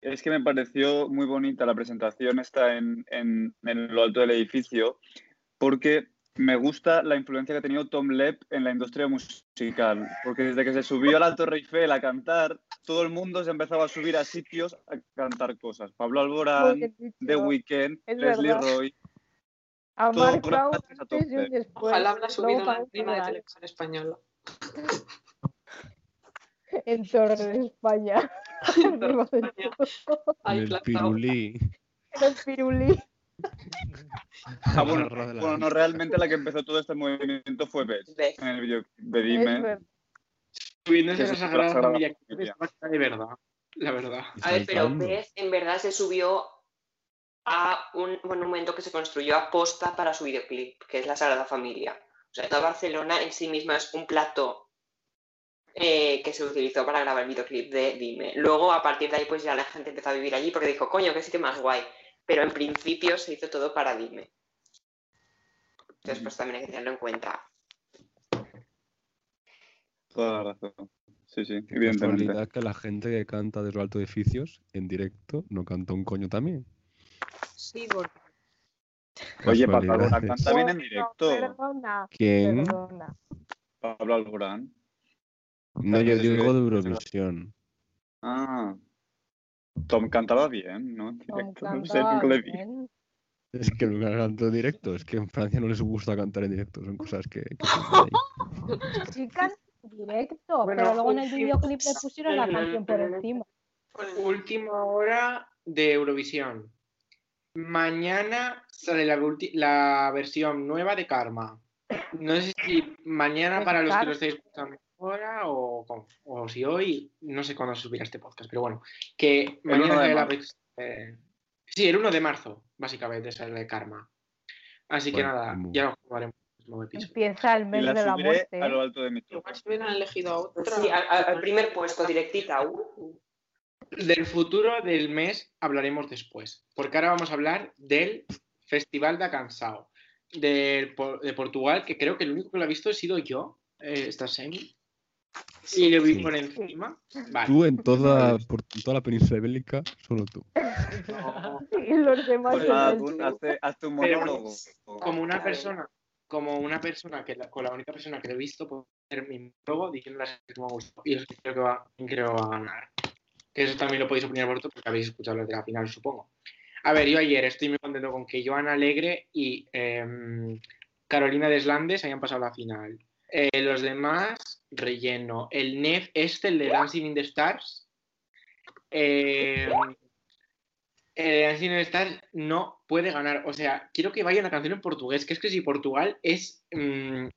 S4: es que me pareció muy bonita la presentación esta en, en- en lo alto del edificio, porque me gusta la influencia que ha tenido Tom Lepp en la industria musical, porque desde que se subió a la Torre Eiffel a cantar, todo el mundo se empezaba a subir a sitios a cantar cosas. Pablo
S6: Muy
S4: Alborán,
S6: bien dicho.
S4: The Weeknd,
S6: Es
S4: Leslie
S6: verdad.
S4: Roy.
S6: Ha
S4: todo
S6: marcado
S4: gracias a Top
S6: antes y un
S4: Ten.
S6: después.
S7: Ojalá habrá
S6: Pues
S7: subido
S6: Luego
S7: una
S6: vamos a
S7: encima de
S6: hablar
S7: televisión española.
S6: En Torre de España. Arriba del
S7: España.
S3: En
S7: Ahí
S3: el
S7: plantado.
S3: pirulí.
S6: todo, pirulí.
S4: Ah, bueno,
S3: Agarrado de la
S4: bueno, no,
S3: mano.
S4: realmente la que empezó todo este movimiento fue Beth,
S2: Ve.
S4: en el videoclip de
S6: Es
S4: Dime.
S6: verdad.
S1: subiendo
S4: que
S1: esa
S4: es la
S1: sagrada
S4: Sagrada
S1: familia que
S4: Familia.
S1: es de verdad. La verdad.
S3: Y
S2: A ver, pero
S3: saltando.
S2: Beth en verdad se subió a un monumento que se construyó a posta para su videoclip, que es la Sagrada Familia. O sea, toda Barcelona en sí misma es un plato eh, que se utilizó para grabar el videoclip de Dime. Luego, a partir de ahí, pues ya la gente empezó a vivir allí porque dijo, coño, qué sitio más guay. Pero en principio se hizo todo para Dime. Entonces, pues también hay que tenerlo en cuenta.
S4: Toda la razón. Sí, sí,
S3: Qué
S4: evidentemente.
S3: casualidad que la gente que canta desde los altos edificios en directo no canta un coño también.
S7: Sí, porque
S4: Oye, Pablo
S3: Casualidades.
S4: Alborán canta bien en
S6: No,
S4: directo.
S6: Perdona,
S3: ¿Quién?
S6: perdona.
S4: Pablo Alborán.
S3: No, yo
S4: Entonces,
S3: digo de
S4: ¿qué?
S3: Eurovisión.
S4: Ah. Tom cantaba bien, ¿no? En
S6: Con
S4: directo, No sé, nunca le vi.
S6: bien.
S3: Es que nunca canto en directo. Es que en Francia no les gusta cantar en directo. Son cosas que. que son de ahí.
S6: Chicas, directo.
S1: Bueno,
S6: pero luego en el
S1: sí.
S6: videoclip le pusieron la canción por encima.
S1: Última hora de Eurovisión. Mañana sale la, ulti- la versión nueva de Karma. No sé si mañana
S6: ¿De
S1: para los que
S6: Karma?
S1: lo estáis escuchando ahora o, con- o si hoy, no sé cuándo se subirá este podcast, pero bueno, que mañana
S4: 1 de
S1: sale la
S4: marzo.
S1: vers- eh, sí, el 1 de marzo, básicamente, sale la de Karma. Así que
S3: Bueno,
S1: nada,
S3: muy
S1: ya lo jugaremos en el próximo episodio.
S6: Empieza el
S4: Y
S6: mes
S4: la
S6: de la
S4: subiré
S6: muerte.
S4: a lo alto de mi torre.
S7: igual si hubieran elegido a otra.
S2: Sí, al, al- al primer puesto, directita. uh.
S1: Del futuro del mes hablaremos después, porque ahora vamos a hablar del Festival de Cansao de, de Portugal, que creo que el único que lo ha visto he sido yo, eh, esta semi, y lo vi
S3: Sí.
S1: por encima. Vale.
S3: Tú en toda, por toda la península ibérica, solo tú.
S1: No,
S6: Y los demás
S4: Pues
S6: en
S4: nada,
S6: el-
S4: tú hazte, hazte un
S1: Pero-
S4: monólogo.
S1: como una
S2: Vale.
S1: persona, como una persona que la- con la única persona que lo he visto puedo hacer mi logo diciendo las que me gustó y los que creo que va, creo que va a ganar. Que eso también lo podéis opinar vosotros porque habéis escuchado los de la final, supongo. A ver, yo ayer estoy muy contento con que Joana Alegre y em, Carolina Deslandes hayan pasado la final. Eh, los demás, relleno. El NEF este, el de Dancing in the Stars. eh, el de Dancing in the Stars no puede ganar. O sea, quiero que vaya una canción en portugués, que es que si Portugal es. mm,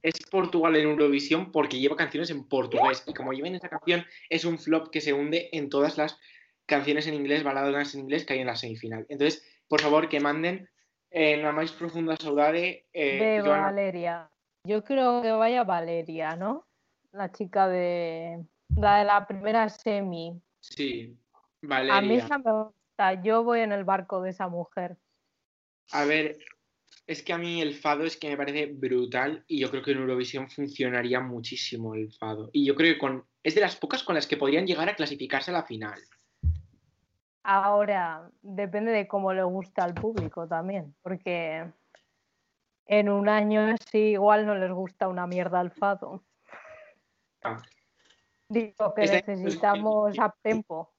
S1: es Portugal en Eurovisión porque lleva canciones en portugués. Y como llevan esa canción, es un flop que se hunde en todas las canciones en inglés, baladas en inglés que hay en la semifinal. Entonces, por favor, que manden eh, en la más profunda saudade. eh,
S6: de
S1: Joana-
S6: Valeria. Yo creo que vaya Valeria, ¿no? La chica de la, de la primera semi.
S1: Sí.
S6: A mí esa me gusta. Yo voy en el barco de esa mujer.
S1: A ver, es que a mí el fado es que me parece brutal y yo creo que en Eurovisión funcionaría muchísimo el fado. Y yo creo que con, es de las pocas con las que podrían llegar a clasificarse a la final.
S6: Ahora, depende de cómo le gusta al público también, porque en un año sí igual no les gusta una mierda al fado.
S1: Ah,
S6: Digo que
S1: Este-
S6: necesitamos a tempo.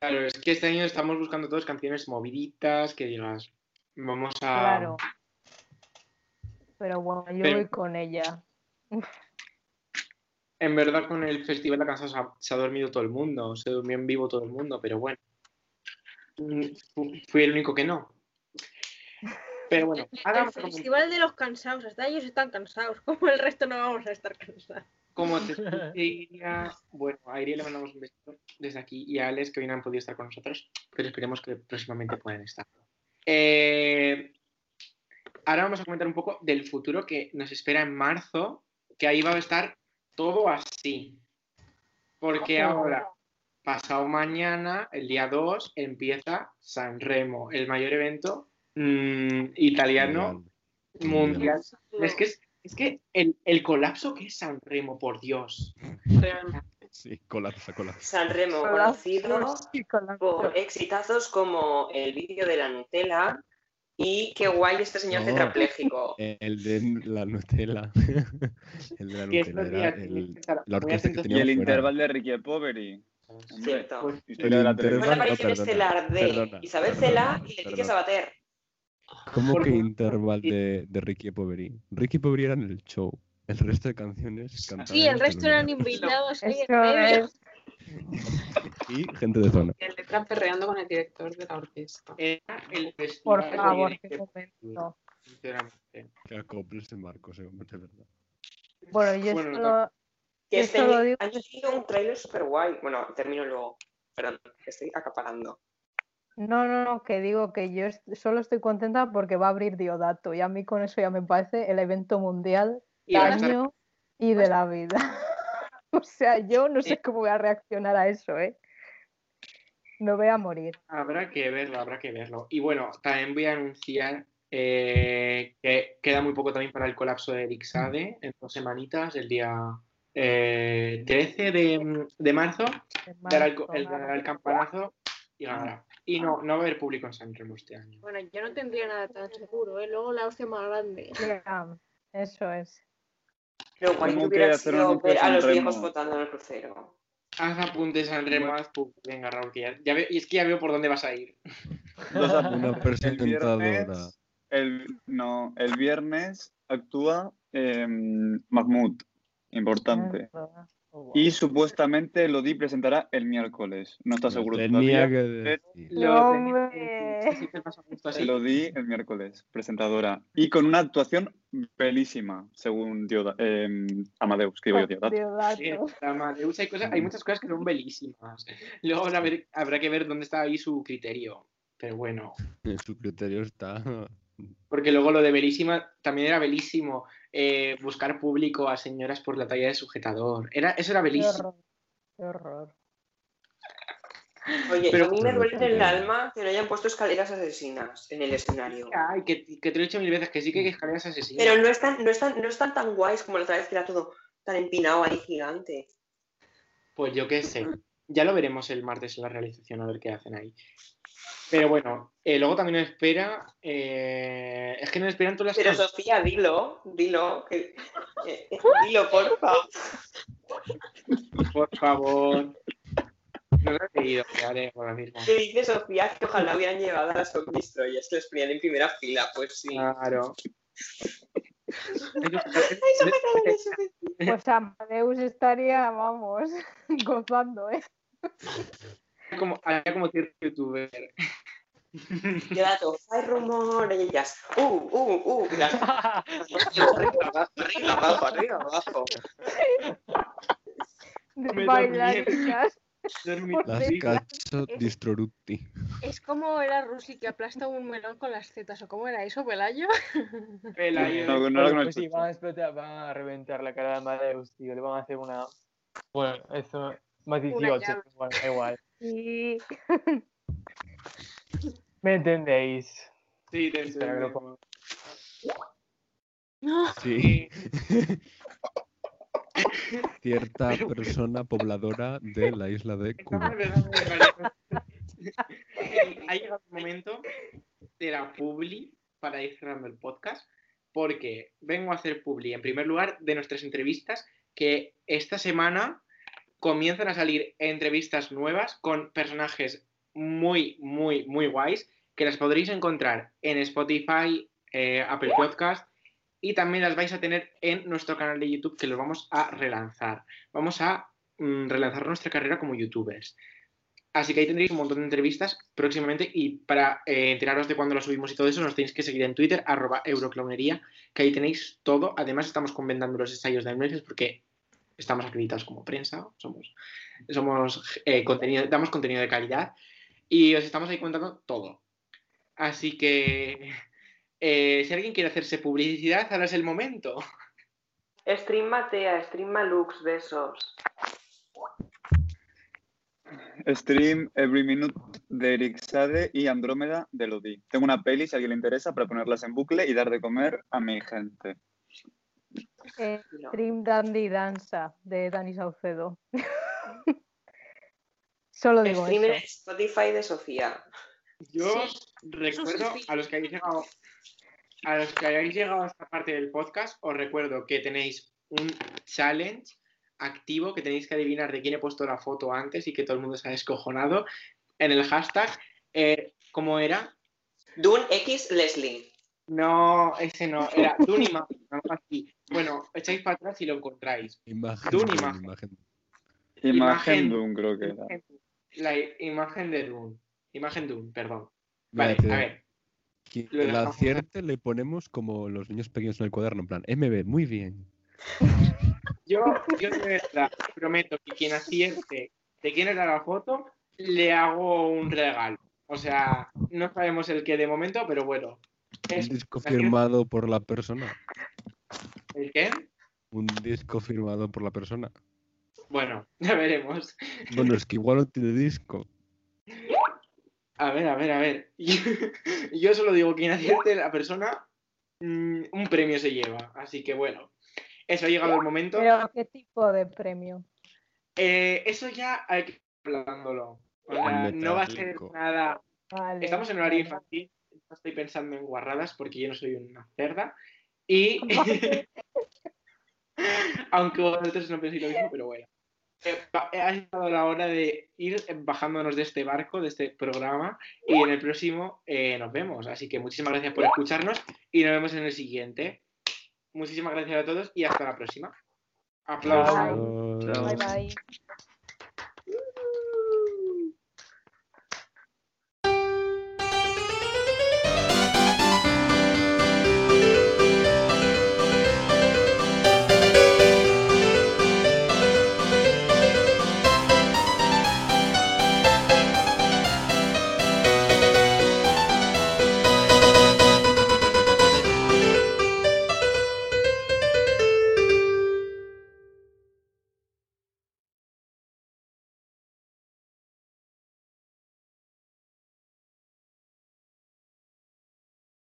S1: Claro, es que este año estamos buscando todas canciones moviditas que digas, vamos a...
S6: Claro. Pero bueno, yo
S1: Ah. Pero-
S6: voy con ella.
S1: En verdad con el Festival de la Canción se ha, se ha dormido todo el mundo, se durmió en vivo todo el mundo, pero bueno. Mm, fu- Fui el único que no. Pero bueno,
S8: El
S1: hagamos como-
S8: festival de los cansados, hasta ellos están cansados, como el resto no vamos a estar cansados.
S1: como te diría, bueno, a Iria le mandamos un besito desde aquí y a Alex que hoy no han podido estar con nosotros, pero esperemos que próximamente puedan estar. Eh, ahora vamos a comentar un poco del futuro que nos espera en marzo, que ahí va a estar todo así. Porque
S6: Ojo.
S1: ahora, pasado mañana, el día 2, empieza San Remo, el mayor evento mm, italiano mundial. Es que, es, es que el, el colapso que es San Remo, por Dios.
S7: Realmente.
S3: Sí, colapsa, colapsa.
S2: San Remo, conocido por exitazos como el vídeo de la Nutella y qué guay este señor
S3: Oh.
S2: tetrapléjico.
S3: El de la Nutella. el de la
S1: Que estos
S3: Nutella era
S1: días tienes que
S3: el,
S1: estar
S3: la
S1: muy
S3: orquesta que
S1: atentos.
S4: Y
S3: tenía
S4: el
S3: fuera.
S4: intervalo de Ricky Poveri.
S2: Cierto.
S1: Pues,
S4: Historia de la
S3: El
S2: Fue
S4: televisión.
S2: la
S3: Perdona,
S2: aparición
S3: perdona,
S2: estelar este de
S3: perdona,
S2: Isabel
S3: perdona,
S2: Cela y Leticia
S3: perdona.
S2: Sabater.
S3: ¿Cómo
S1: Porque-
S3: que interval de, de Ricky e Poveri? Ricky Poveri era en el show. El resto de canciones cantaban.
S8: Sí, el resto eran
S3: telonera.
S8: invitados. ahí en
S6: Eso
S8: medio.
S6: es.
S3: Y gente de zona.
S7: Y el letra perreando con el director de la orquesta.
S1: Era el festival
S6: Por
S1: de-
S6: favor, qué
S1: de-
S6: momento.
S1: sinceramente.
S3: Que acoples en barco, se convierte en verdad.
S6: Bueno, yo
S1: Bueno,
S6: solo-
S2: Que
S6: Esto
S2: este-
S6: lo digo-
S2: han tenido un tráiler súper guay. Bueno, termino luego. Perdón, que estoy acaparando.
S6: No, no, no, que digo que yo est- solo estoy contenta porque va a abrir Diodato y a mí con eso ya me parece el evento mundial
S1: Y
S6: del
S1: va a estar-
S6: año y de la vida. o sea, yo no sé cómo voy a reaccionar a eso, ¿eh? No voy a morir.
S1: habrá que verlo, habrá que verlo. Y bueno, también voy a anunciar eh, que queda muy poco también para el colapso de Eric Sade en dos semanitas, el día eh, 13 de, de marzo. Dará el, co- el- dará el campanazo y ganará. Y
S6: Ah.
S1: no, no va a haber público en San Remo este año.
S8: Bueno, yo no tendría nada tan seguro, ¿eh? luego la hostia más grande.
S6: Ya, Eso es.
S2: Lo guay
S4: Tengo
S2: que
S4: que
S2: hubiera
S4: hacer un
S2: sido
S4: anuncio
S2: ver a
S4: San
S2: los
S4: Remo.
S2: viejos votando en el crucero.
S1: Haz apuntes San Remo, haz pu- venga Raúl, que ya, ya veo- y es que ya veo por dónde vas a ir.
S4: Los
S3: Una
S4: apuntes. El
S3: presentadora.
S4: viernes, el- no, el viernes actúa eh, Mahmoud, importante.
S6: Mierda. Oh,
S4: Y supuestamente Lodi presentará el miércoles. No está seguro
S3: Tenía
S4: todavía.
S3: que decir.
S6: No,
S1: Lo
S6: hombre.
S1: tenía- sí, sí, te pasa justo así.
S4: Lodi el miércoles, presentadora. Y con una actuación belísima, según Dioda- eh, Amadeus, que digo yo, Diodato.
S1: Sí,
S6: Pues Diodato.
S1: la Amadeus, hay, cosas- hay muchas cosas que son belísimas. Luego habrá, ver- habrá que ver dónde está ahí su criterio. Pero bueno,
S3: En su criterio está.
S1: porque luego lo de belísima también era belísimo. eh, buscar público a señoras por la talla de sujetador. Era, eso era
S6: Qué
S1: belísimo.
S6: horror. Qué horror.
S2: Oye,
S1: Pero-
S2: a mí me duele en el
S3: Pero-
S2: alma que no hayan puesto escaleras asesinas en el escenario.
S1: Ay, que, que te lo he dicho mil veces, que sí que hay escaleras asesinas.
S2: Pero no están, no, están, no están tan guays como la otra vez que era todo tan empinado ahí gigante.
S1: Pues yo qué sé. Ya lo veremos el martes en la realización, a ver qué hacen ahí. Pero bueno, eh, luego también nos espera. eh, es que nos esperan todas las
S2: Pero
S1: cosas.
S2: Sofía, dilo, dilo, que- eh, eh, dilo, porfa.
S1: Por favor. No lo he leído, que haré ahora mismo.
S2: Que dice Sofía que ojalá hubieran llevado a las zombies troyas, que los ponían en primera fila, pues sí.
S1: Claro.
S2: Ay, Sofía, dale, Sofía.
S6: Pues Amadeus estaría, vamos, gozando, ¿eh?
S1: como, haría como cierto youtuber.
S2: Yo dato, hay rumores, y ellas, uh, uh, uh, y las- arriba, abajo, arriba, abajo, arriba, abajo.
S6: De
S1: Me dormí.
S6: bailarinas.
S1: Dormir-
S3: Las
S6: Sí, claro.
S3: cacho distroruti.
S8: Es como era Rusi que aplasta un melón con las tetas, o cómo era eso, Pelayo.
S1: Pela, yo-
S4: No, no era
S5: Oye,
S4: con el
S5: pues sí,
S4: chucho.
S5: van a, explotar- van a reventar la cara de Amadeus, tío. Le van a hacer una. Bueno, eso. Más 18.
S8: llave.
S5: pero Bueno, da igual.
S6: Sí.
S5: ¿Me entendéis?
S1: Sí, te
S5: Espera que lo
S1: entiendo.
S5: pongo.
S3: Sí. Cierta persona pobladora de la isla de
S1: Ah,
S3: Cuba.
S1: verdad, verdad. ha llegado el momento de la publi para ir cerrando el podcast, porque vengo a hacer publi, en primer lugar, de nuestras entrevistas, que esta semana comienzan a salir entrevistas nuevas con personajes muy, muy, muy guays, que las podréis encontrar en Spotify, eh, Apple Podcast, y también las vais a tener en nuestro canal de YouTube, que los vamos a relanzar. Vamos a mm, relanzar nuestra carrera como youtubers. Así que ahí tendréis un montón de entrevistas próximamente y para eh, enteraros de cuándo las subimos y todo eso, nos tenéis que seguir en Twitter, arroba euroclownería, que ahí tenéis todo. Además, estamos comentando los ensayos de Almerges porque estamos acreditados como prensa, somos, somos eh, contenido, damos contenido de calidad y os estamos ahí contando todo. Así que eh, si alguien quiere hacerse publicidad, ahora es el momento.
S2: Stream Matea, Stream Malux, besos.
S4: Stream Every Minute de Eric Sade y Andrómeda de Lodi. Tengo una peli, si a alguien le interesa, para ponerlas en bucle y dar de comer a mi gente.
S6: Eh,
S2: No.
S6: Stream Dandy Danza de Dani Saucedo. Solo digo
S2: Stream en
S6: eso.
S2: Spotify de Sofía.
S1: Yo
S7: Sí.
S1: recuerdo
S7: Sí, sí, sí.
S1: a los que habéis llegado a los que hayáis llegado a esta parte del podcast, os recuerdo que tenéis un challenge activo que tenéis que adivinar de quién he puesto la foto antes y que todo el mundo se ha descojonado en el hashtag. eh, ¿Cómo era?
S2: Dune X Leslie.
S1: No, ese no, era Dunima. algo así. Bueno, echáis para atrás y lo encontráis.
S3: Imagen.
S1: Dune imagen.
S3: imagen.
S1: Imagen.
S4: Imagen Doom, creo que era.
S1: La i- imagen de Dune. Imagen Dune, perdón.
S3: Mira,
S1: Vale,
S3: te-
S1: a ver.
S3: quien
S1: lo
S3: la
S1: dejamos.
S3: acierte le ponemos como los niños pequeños en el cuaderno, en plan, MB, muy bien.
S1: Yo, yo de verdad prometo que quien acierte de quién era la foto, le hago un regalo. O sea, no sabemos el que de momento, pero bueno.
S3: Un
S1: Es
S3: disco firmado por la persona.
S1: ¿El qué?
S3: Un disco firmado por la persona.
S1: Bueno, ya veremos.
S3: Bueno, es que igual no tiene disco.
S1: A ver, a ver, a ver. Yo solo digo quien acierte la persona, mm, un premio se lleva. Así que bueno, eso ha llegado el momento.
S6: Pero ¿qué tipo de premio?
S1: Eh, eso ya hay que ir hablándolo. O sea, no va a ser
S3: Metálico.
S1: nada
S6: Vale,
S1: Estamos en horario
S6: vale.
S1: infantil, no estoy pensando en guarradas porque yo no soy una cerda. Y aunque vosotros no penséis lo mismo, pero bueno. Eh, va- Ha llegado la hora de ir eh, bajándonos de este barco, de este programa, y en el próximo eh, nos vemos. Así que muchísimas gracias por escucharnos y nos vemos en el siguiente. Muchísimas gracias a todos y hasta la próxima. Aplausos.
S3: Ay.
S6: Bye.
S4: Chao.
S6: Bye bye.